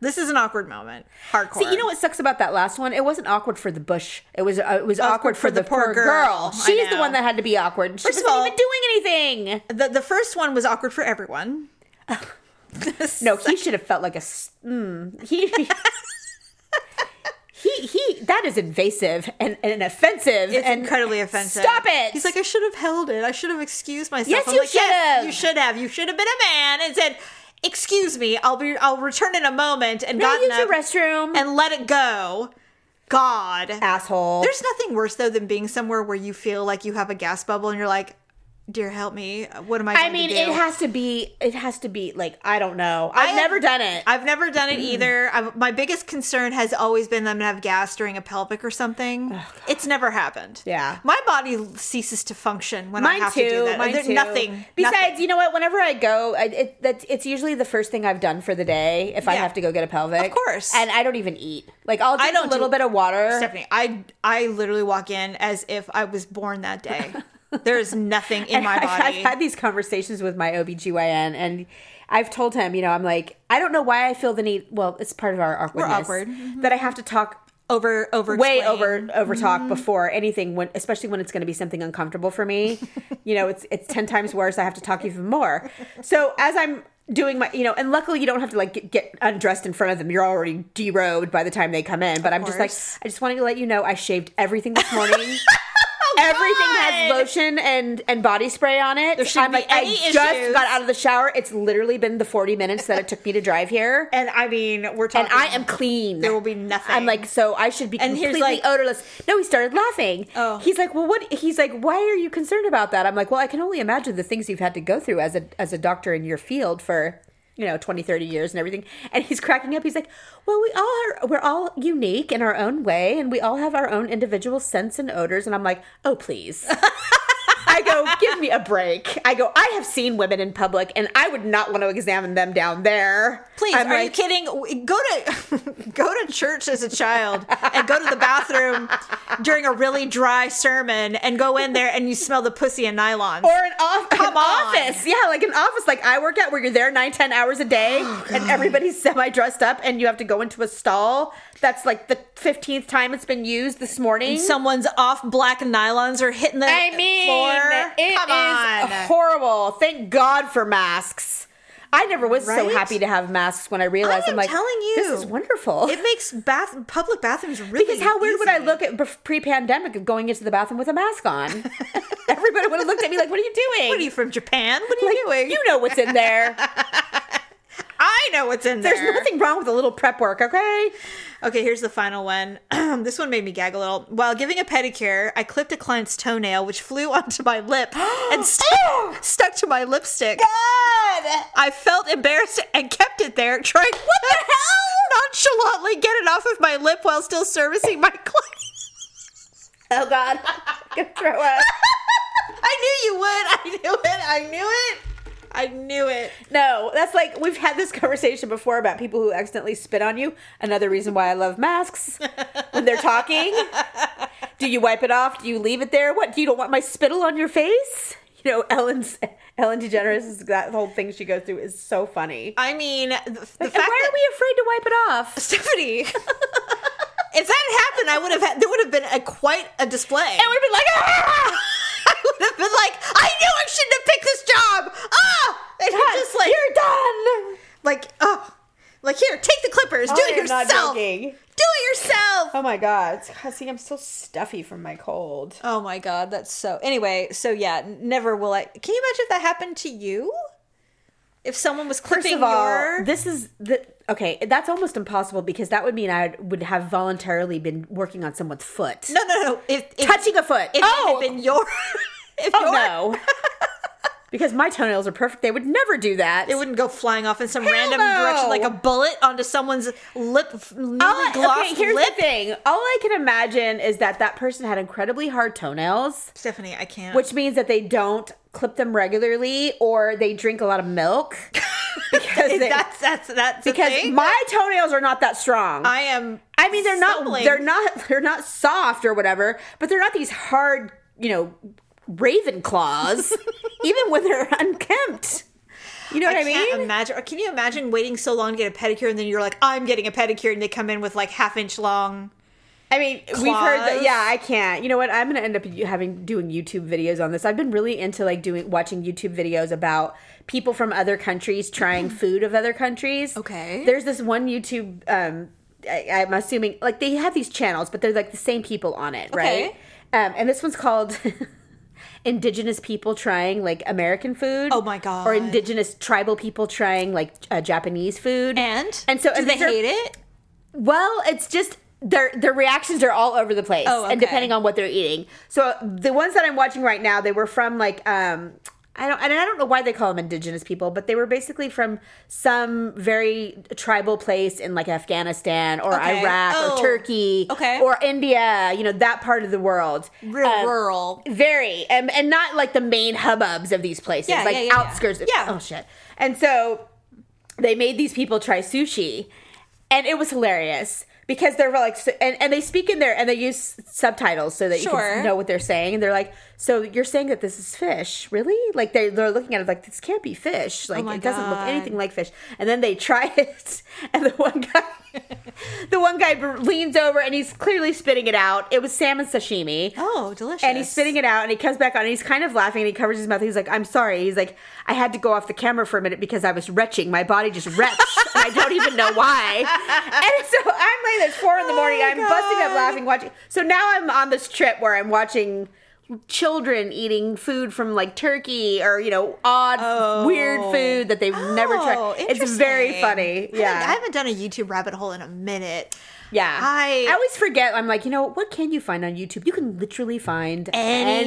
This is an awkward moment. Hardcore. See, you know what sucks about that last one? It wasn't awkward for the bush. It was uh, it was awkward, for, the, poor girl. girl. I She's the know. one that had to be awkward. She First of wasn't all- even doing anything. The the first one was awkward for everyone. No, he should have felt like a. s- Mm, he, *laughs* he he that is invasive and, and offensive. It's and incredibly offensive. Stop it! He's like, I should have held it. I should have excused myself. Yes, I'm you like, should have." You should have. You should have been a man and said, "Excuse me. I'll be. I'll return in a moment." And Now gotten use your up restroom, and let it go. God, asshole. there's nothing worse though than being somewhere where you feel like you have a gas bubble and you're like, "Dear, help me. What am I?" I going mean, to it do?" has to be. It has to be like I don't know. I've have- never done it. I've never done it either. I've, my biggest concern has always been I'm gonna have gas during a pelvic or something. it's never happened. Yeah. my body ceases to function when I Mine have too. to do that. Mine There's too. Nothing. Besides, nothing. you know what? Whenever I go, I, it, that's it's usually the first thing I've done for the day. If I Yeah. have to go get a pelvic, Of course. And I don't even eat. Like I'll drink don't a little do- bit of water. Stephanie, I I literally walk in as if I was *laughs* born that day. there is nothing in my I've- body. I've had these conversations with my OBGYN and I've told him, you know, I'm like, I don't know why I feel the need. Well, it's part of our awkwardness. awkward. Mm-hmm. That I have to talk over over way explain. Mm-hmm. over over talk before anything when especially when it's going to be something uncomfortable for me you know it's it's 10 times worse i have to talk even more so as i'm doing my you know and luckily you don't have to like get, get undressed in front of them you're already derobed by the time they come in but i'm just course. like i just wanted to let you know i shaved everything this *laughs* morning Everything has Oh God! lotion and and body spray on it. shouldn't I'm like, be I any just issues. got out of the shower. It's literally been the 40 minutes that it took me to drive here, And I mean, we're talking. and I am clean. There will be nothing. I'm like, so I should be And here's, completely like- odorless. No, he started laughing. Oh. he's like, well, what? He's like, why are you concerned about that? I'm like, well, I can only imagine the things you've had to go through as a as a doctor in your field for you know 20 30 years and everything and he's cracking up he's like well we all are we're all unique in our own way and we all have our own individual scents and odors and i'm like oh *laughs* please i go give me a break i go i have seen women in public and i would not want to examine them down there Please, I'm are like, you kidding? W- Go to *laughs* go to church as a child and go to the bathroom during a really dry sermon and go in there and you smell the pussy and nylons. or an, off- an Come on. office. Yeah, like an office like I work at where you're there nine, ten hours a *gasps* day Oh, and everybody's semi dressed up and you have to go into a stall that's like the 15th time it's been used this morning. someone's off black nylons are hitting the I mean, floor. it Come is on. horrible. Thank God for masks. I never was so Right? happy to have masks when I realized I'm I am like, telling you. this is wonderful. it makes bath public bathrooms really *laughs* because how weird would I easy. look at pre pandemic of going into the bathroom with a mask *laughs* on? Everybody would have looked at me like, what are you doing? What are you from Japan? What are Like, you doing? You know what's in there. I know what's in There's there. nothing wrong with a little prep work, okay? Okay, here's the final one. *clears throat* this one made me gag a little. While giving a pedicure, I clipped a client's toenail, which flew *laughs* onto my lip and *gasps* st- stuck to my lipstick. God! I felt embarrassed and kept it there, trying what *laughs* the hell nonchalantly get it off of my lip while still servicing my *laughs* client. Oh *laughs* God! I'm gonna throw up. I knew you would. I knew it. I knew it. I knew it. No, that's like we've had this conversation before about people who accidentally spit on you. Another reason why I love masks when they're talking. Do you wipe it off? Do you leave it there? What? Do you don't want my spittle on your face? You know, Ellen's Ellen DeGeneres is that whole thing she goes through is so funny. I mean, the, Uh, the fact and why that are we afraid to wipe it off? *laughs* Stephanie. If that had happened, I would have had, there would have been a quite a display. And we'd be like, ah! *laughs* I would have been like, I knew I shouldn't have picked this job. Ah, and you're just like, you're done. like, oh, like here, take the clippers, do it I am not yourself, do joking. it yourself. Oh my god. God, See, I'm so stuffy from my cold. Oh my god, that's so. Anyway, so yeah, never will I. Can you imagine if that happened to you? If someone was clipping First of all, your this is the okay. That's almost impossible because that would mean I would have voluntarily been working on someone's foot, no, no, no, if, if touching a foot. if oh, it had been your, *laughs* if oh your, no! because my toenails are perfect. They would never do that. *laughs* it wouldn't go flying off in some random no. direction like a bullet onto someone's lip, newly All I- glossed okay, here's lip. the thing. All I can imagine is that that person had incredibly hard toenails, Stephanie, I can't. which means that they don't clip them regularly or they drink a lot of milk. *laughs* because they, *laughs* that's that's that's the because thing. my toenails are not that strong. I am. I mean, they're not stumbling. they're not they're not soft or whatever, but they're not these hard, you know, *laughs* Ravenclaws, even when they're unkempt. You know what I, I can't mean? imagine. Or can you imagine waiting so long to get a pedicure, and then you're like, "I'm getting a pedicure," and they come in with like half inch long. I mean, we've heard that. claws. Yeah, I can't. You know what? I'm gonna end up having doing YouTube videos on this. I've been really into like doing watching YouTube videos about people from other countries *clears throat* trying food of other countries. Okay. There's this one YouTube. Um, I, I'm assuming like they have these channels, but they're like the same people on it, right? Okay. Um, and this one's called. *laughs* Indigenous people trying like American food. Oh my God. Or indigenous tribal people trying like uh, Japanese food. And and so do and they these are- hate it? well, it's just their their reactions are all over the place, Oh, and okay. depending on what they're eating. So the ones that I'm watching right now, they were from like um. I don't, and I don't know why they call them indigenous people, but they were basically from some very tribal place in like Afghanistan or Okay. Iraq Oh. or Turkey Okay. or India, you know, that part of the world. Real Um, rural. very and, and not like the main hubbubs of these places Yeah, like yeah, yeah, yeah. outskirts of- Yeah. oh shit and so they made these people try sushi and it was hilarious because they're like so, and, and they speak in there and they use subtitles so that you Sure. can know what they're saying and they're like so you're saying that this is fish really like they're, they're looking at it like this can't be fish like Oh my it doesn't look God. anything like fish and then they try *laughs* it and the one guy *laughs* the one guy leans over and he's clearly spitting it out it was salmon sashimi Oh, delicious. and he's spitting it out and he comes back on and he's kind of laughing and he covers his mouth. He's like, I'm sorry. He's like, I had to go off the camera for a minute because I was retching. My body just *laughs* retched and I don't even know why. And so I'm laying there at four in the morning. Oh my I'm busting up God. laughing, watching. So now I'm on this trip where I'm watching children eating food from like Turkey or, you know, odd, weird food that they've never Oh, tried. It's very interesting. funny. I haven't, I Yeah. haven't done a YouTube rabbit hole in a minute. Yeah. I- I always forget. I'm like, you know, what can you find on YouTube? You can literally find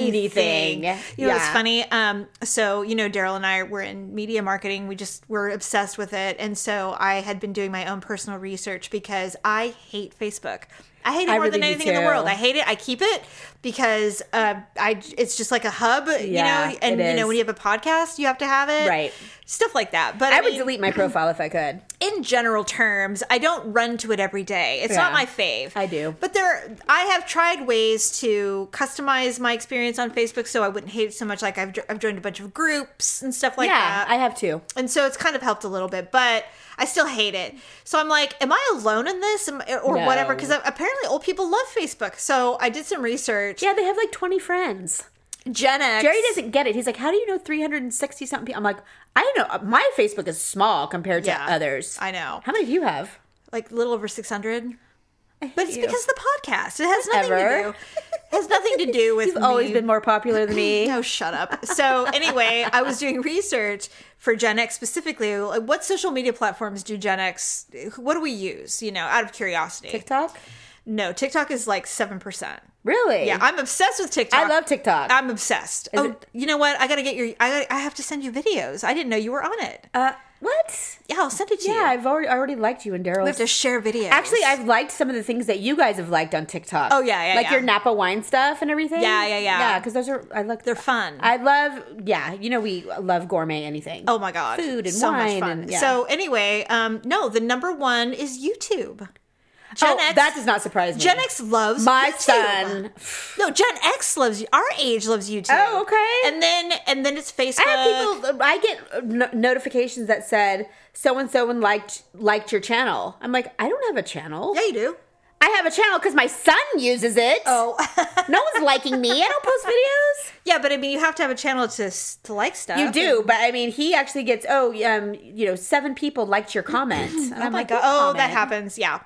anything. You know, it's Yeah. funny. Um, so you know, Daryl and I were in media marketing. We just were obsessed with it, and so I had been doing my own personal research because I hate Facebook. I hate it I more than really do anything in the too. world. I hate it. I keep it because uh, I it's just like a hub, Yeah, you know. And it you know, when is. you have a podcast, you have to have it, Right. Stuff like that. But I, I would mean, *clears throat* delete my profile if I could. in general terms, I don't run to it every day. It's not Yeah. my fave. I do. But there I have tried ways to customize my experience on Facebook so I wouldn't hate it so much like I've, jo- I've joined a bunch of groups and stuff like uh, yeah, that. I have two. and so it's kind of helped a little bit, but I still hate it. So I'm like, am I alone in this Am- or No. whatever because apparently old people love Facebook. So I did some research. Yeah, they have like 20 friends. Gen X. Jerry doesn't get it. He's like, "How do you know 360 something people?" I'm like, "I know my Facebook is small compared to Yeah, others." I know. How many do you have? like a little over 600. But it's you. because of the podcast. It has nothing Ever. to do. It has nothing to do *laughs* with You've always me. been more popular than *clears throat* me. No, shut up. So anyway, I was doing research for Gen X specifically. Like, what social media platforms do Gen X? What do we use? You know, out of curiosity. TikTok, No, TikTok is like seven percent. really? Yeah, I'm obsessed with TikTok. I love TikTok. I'm obsessed. oh, it- you know what? I gotta get your. I gotta, I have to send you videos. I didn't know you were on it. uh, what? Yeah, I'll send it to you. Yeah, I've already I already liked you and Daryl. we have to share videos. Actually, I've liked some of the things that you guys have liked on TikTok. Oh, yeah, yeah, like yeah. your Napa wine stuff and everything. Yeah, yeah, yeah. yeah. Because those are I like they're fun. I love, yeah, you know, we love gourmet anything. Oh my god, Food and so wine much fun. and- yeah. So anyway, um, no, the number one is YouTube. Gen Oh, X. that does not surprise me. Gen X loves My YouTube. son. No, Gen X loves our age loves YouTube. Oh, okay. And then and then it's Facebook. I have people. I get uh, no- notifications that said so and so and liked liked your channel. I'm like, I don't have a channel. Yeah, you do. I have a channel because my son uses it. Oh, no one's liking me. I don't post videos. *laughs* yeah, but I mean, you have to have a channel to s- to like stuff. Oh You do, but I mean, he actually gets oh, um, you know, seven people liked your *clears throat* comment. And Oh I'm my like, god. Oh, that happens. Yeah.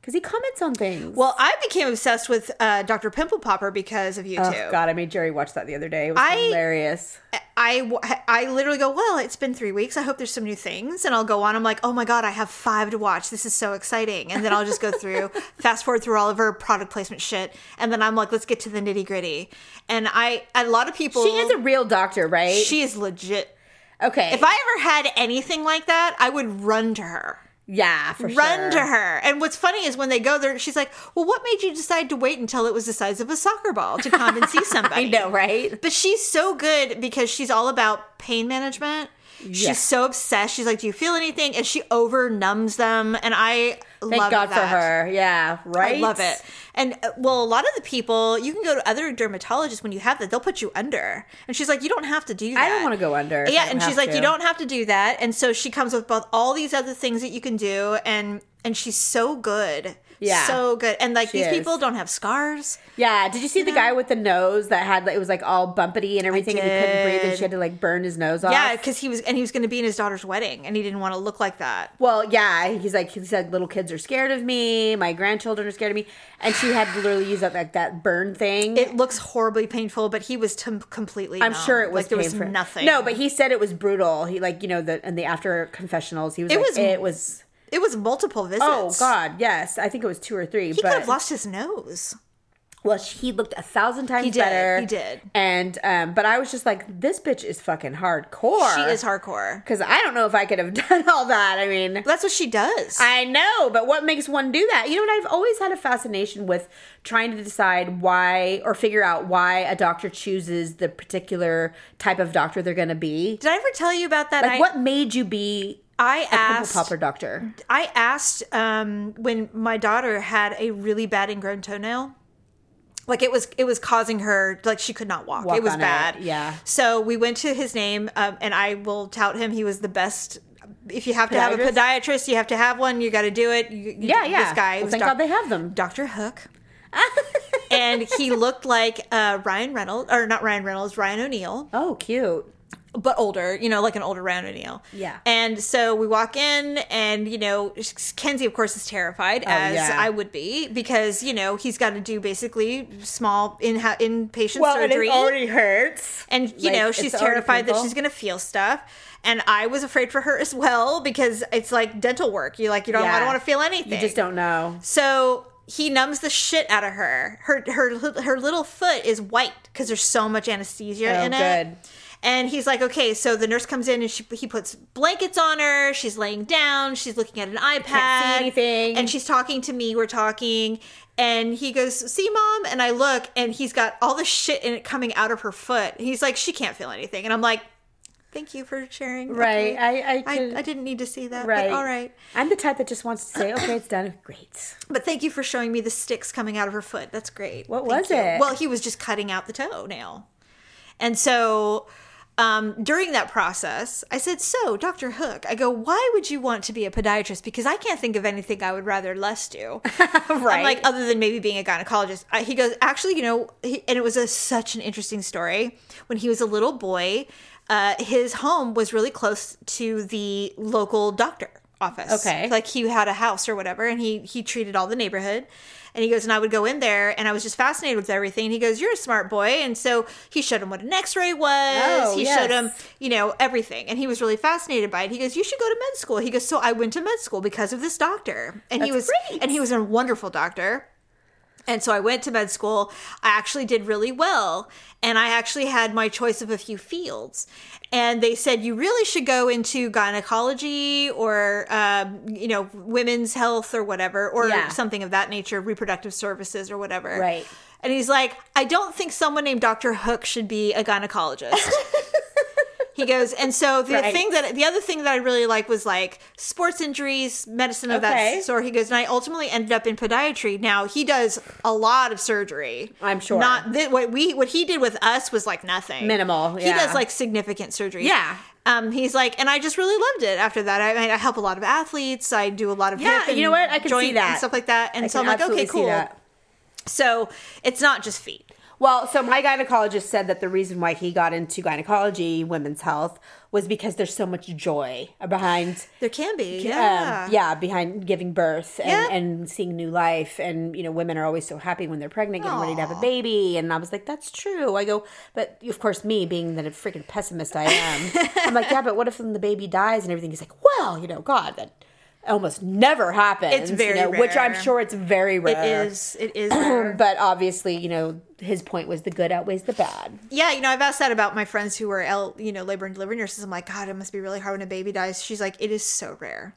because he comments on things. Well, I became obsessed with uh, Dr. Pimple Popper because of oh YouTube. god, I made Jerry watch that the other day. It was I- hilarious. I, w- I literally go, well, it's been three weeks. I hope there's some new things. And I'll go on. I'm like, oh my God, I have five to watch. This is so exciting. And then I'll just go through, *laughs* fast forward through all of her product placement shit. And then I'm like, let's get to the nitty gritty. And I, a lot of people. She is a real doctor, right? She is legit. okay. If I ever had anything like that, I would run to her. Yeah, for Run sure. to her. And what's funny is when they go there, she's like, well, what made you decide to wait until it was the size of a soccer ball to come and see *laughs* somebody? I know, right? But she's so good because she's all about pain management. She's Yeah. so obsessed. She's like, "Do you feel anything?" And she over numbs them. And I Thank love God for that. her. Yeah, right. I love it. And uh, well, a lot of the people, you can go to other dermatologists when you have that. They'll put you under. And she's like, you don't have to do that. don't wanna go under if I Yeah, don't and she's have like, to. you don't have to do that. And so she comes with both all these other things that you can do, and and she's so good. Yeah. so good. And like She these is. people don't have scars. Yeah. Did you see the guy with the nose that had like, it was like all bumpity and everything, and he couldn't breathe, and did. she had to like burn his nose off. Yeah, because he was and he was going to be in his daughter's wedding, and he didn't want to look like that. Well, yeah, he's like he said, little kids are scared of me. My grandchildren are scared of me, and she had to literally use that like that burn thing. It looks horribly painful, but he was t- completely. I'm numb. sure it was like there was painful. nothing. No, but he said it was brutal. He like you know the and the after confessionals, he was It like, was- it was it was multiple visits. oh god yes I think it was two or three. he but could have lost his nose. well he looked a thousand times He did, better. he did. and um, but I was just like this bitch is fucking hardcore. She is hardcore. because I don't know if I could have *laughs* done all that. I mean, That's what she does. I know, but what makes one do that? You know, and I've always had a fascination with trying to decide why or figure out why a doctor chooses the particular type of doctor they're going to be. Did I ever tell you about that? Like, I, what made you be I a pimple asked. popper doctor? I asked um, when my daughter had a really bad ingrown toenail. Like it was, it was causing her like she could not walk. Walk it was on it, bad. yeah. So we went to his name, um, and I will tout him. He was the best. If you have to have a podiatrist, you have to have one. You got to do it. You, you- Yeah, yeah. This guy. Well, was thank doc- God they have them. Doctor *laughs* Hook. and he looked like uh, Ryan Reynolds, or not Ryan Reynolds, Ryan O'Neill Oh, cute. but older, you know, like an older Ryan O'Neill. Yeah. And so we walk in, and you know, Kenzie, of course, is terrified, as Oh, yeah. I would be, because you know he's got to do basically small in inpatient surgery, hurts. and you like, know it's she's already terrified that painful. she's gonna feel stuff. And I was afraid for her as well because it's like dental work. You like you don't. I Yeah. don't want to feel anything. You just don't know. So he numbs the shit out of her. Her her her little foot is white because there's so much anesthesia Oh, in good. it. And he's like, okay. So the nurse comes in and she, he puts blankets on her. She's laying down. She's looking at an iPad. anything. And she's talking to me. We're talking. And he goes, see, mom. And I look, and he's got all the shit in it coming out of her foot. He's like, she can't feel anything. And I'm like, thank you for sharing. Right. Okay. I- I I, could- I didn't need to see that. Right. But all right. I'm the type that just wants to say, okay, it's done. Great. But thank you for showing me the sticks coming out of her foot. That's great. What Thank was you. it? Well, he was just cutting out the toenail. And so um, during that process, I said, So, Dr. Hook, I go, why would you want to be a podiatrist? Because I can't think of anything I would rather less *laughs* do. Right. I'm like, other than maybe being a gynecologist. I, he goes, actually, you know, he, and it was a, such an interesting story. When he was a little boy, uh, his home was really close to the local doctor office. Okay. Like he had a house or whatever, and he he treated all the neighborhood. And he goes, and I would go in there, and I was just fascinated with everything. And he goes, "You're a smart boy," and so he showed him what an X-ray was. Oh, he yes. showed him, you know, everything, and he was really fascinated by it. He goes, "You should go to med school." He goes, "So I went to med school because of this doctor." And he was That's great. and he was a wonderful doctor. And so I went to med school. I actually did really well. And I actually had my choice of a few fields. And they said, you really should go into gynecology or, um, you know, women's health or whatever, or Yeah. something of that nature, reproductive services or whatever. Right. And he's like, I don't think someone named Dr. Hook should be *laughs* a gynecologist. he goes, and so the Right. thing that the other thing that I really like was like sports injuries, medicine of Okay. that sort. He goes, and I ultimately ended up in podiatry. Now he does a lot of surgery. I'm sure. Not thi- what we what he did with us was like nothing. Minimal, He yeah. does like significant surgery. Yeah. Um, he's like, and I just really loved it. After that, I, I help a lot of athletes. I do a lot of Yeah, hip and you know what? I can see joint and that. stuff like that. And I so I'm can like, okay, absolutely see cool. that. So it's not just feet. Well, so my gynecologist said that the reason why he got into gynecology, women's health, was because there's so much joy behind, There can be. um, Yeah. yeah, behind giving birth and, Yeah. and seeing new life, and you know, women are always so happy when they're pregnant, getting ready to have a baby, and I was like, that's true. I go, but of course, me being the freaking pessimist I am, I'm like, yeah, but what if then the baby dies and everything? He's like, well, you know, God, that almost never happens. you very know, which I'm rare. sure it's very It rare. is. It *clears throat* is. rare. But obviously, you know, his point was the good outweighs the bad. yeah, you know, I've asked that about my friends who were, L, you know, labor and delivery nurses. I'm like, God, it must be really hard when a baby dies. She's like, it is so rare,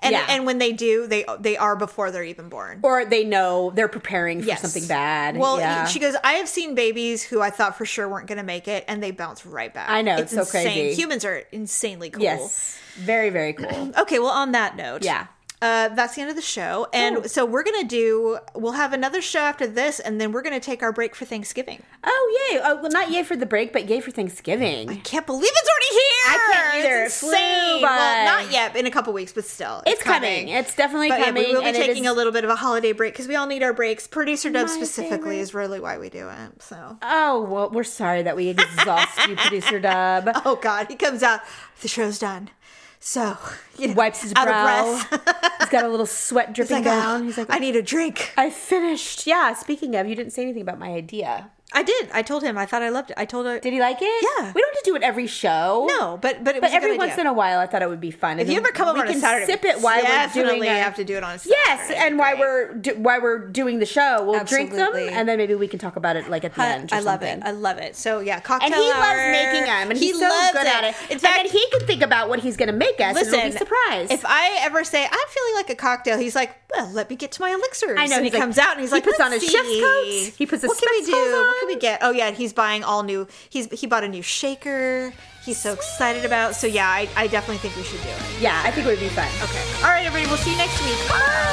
and Yeah. and when they do, they they are before they're even born. or they know they're preparing for Yes. something bad. Well, yeah. she goes, I have seen babies who I thought for sure weren't going to make it, and they bounce right back. I know, it's so insane. crazy. Humans are insanely cool. *clears throat* yes, very very cool. Okay, well, on that note, Yeah. Oh. uh, that's the end of the show. And so we're going to do, we'll have another show after this, and then we're going to take our break for Thanksgiving. Oh yay! Oh, well, not yay for the break, but yay for Thanksgiving. Can't believe it's already here. I can't either. It It's flew insane. by. Well, not yet, but in a couple weeks, but still, It's coming. It's definitely but yeah, coming. we will be and it taking is- a little bit of a holiday break because we all need our breaks. Producer Dub My specifically favorite. is really why we do it. So, Oh well, we're sorry that we exhaust you, producer Dub. *laughs* oh God, he comes out. The show's done. So you know, Wipes his out brow. Of breath. *laughs* He's got a little sweat dripping Like, down. "Oh, He's like, I need a drink. I finished. Yeah. Speaking of, you didn't say anything about my idea. I did. I told him. I thought I loved it. I told him. Did he like it? Yeah. We don't have to do it every show. No, but but it was But a every good once idea. in a while, I thought it would be fun. If you ever come over on a Saturday, sip it while we're definitely doing our- have to do it on a Yes, Saturday. and while Great. we're do, while we're doing the show, we'll drink Absolutely. them, and then maybe we can talk about it like at the end. Or I love something. it. I love it. So yeah, cocktail and he hour. loves making them, and he's so good at it. In fact, and then he can think about what he's going to make us. listen, and we'll be surprised. If I ever say I'm feeling like a cocktail, he's like, "Well, let me get to my elixirs." I know, And he he's like- comes out and he's he like, puts on "Let's his chef's see. coat. He puts his What can we spectacles do? What can on." we get? Oh yeah, and he's buying all new. He's he bought a new shaker. He's so excited about. So yeah, I, I definitely think we should do it. yeah, I think it would be fun. Okay. All right, everybody. We'll see you next week. Bye.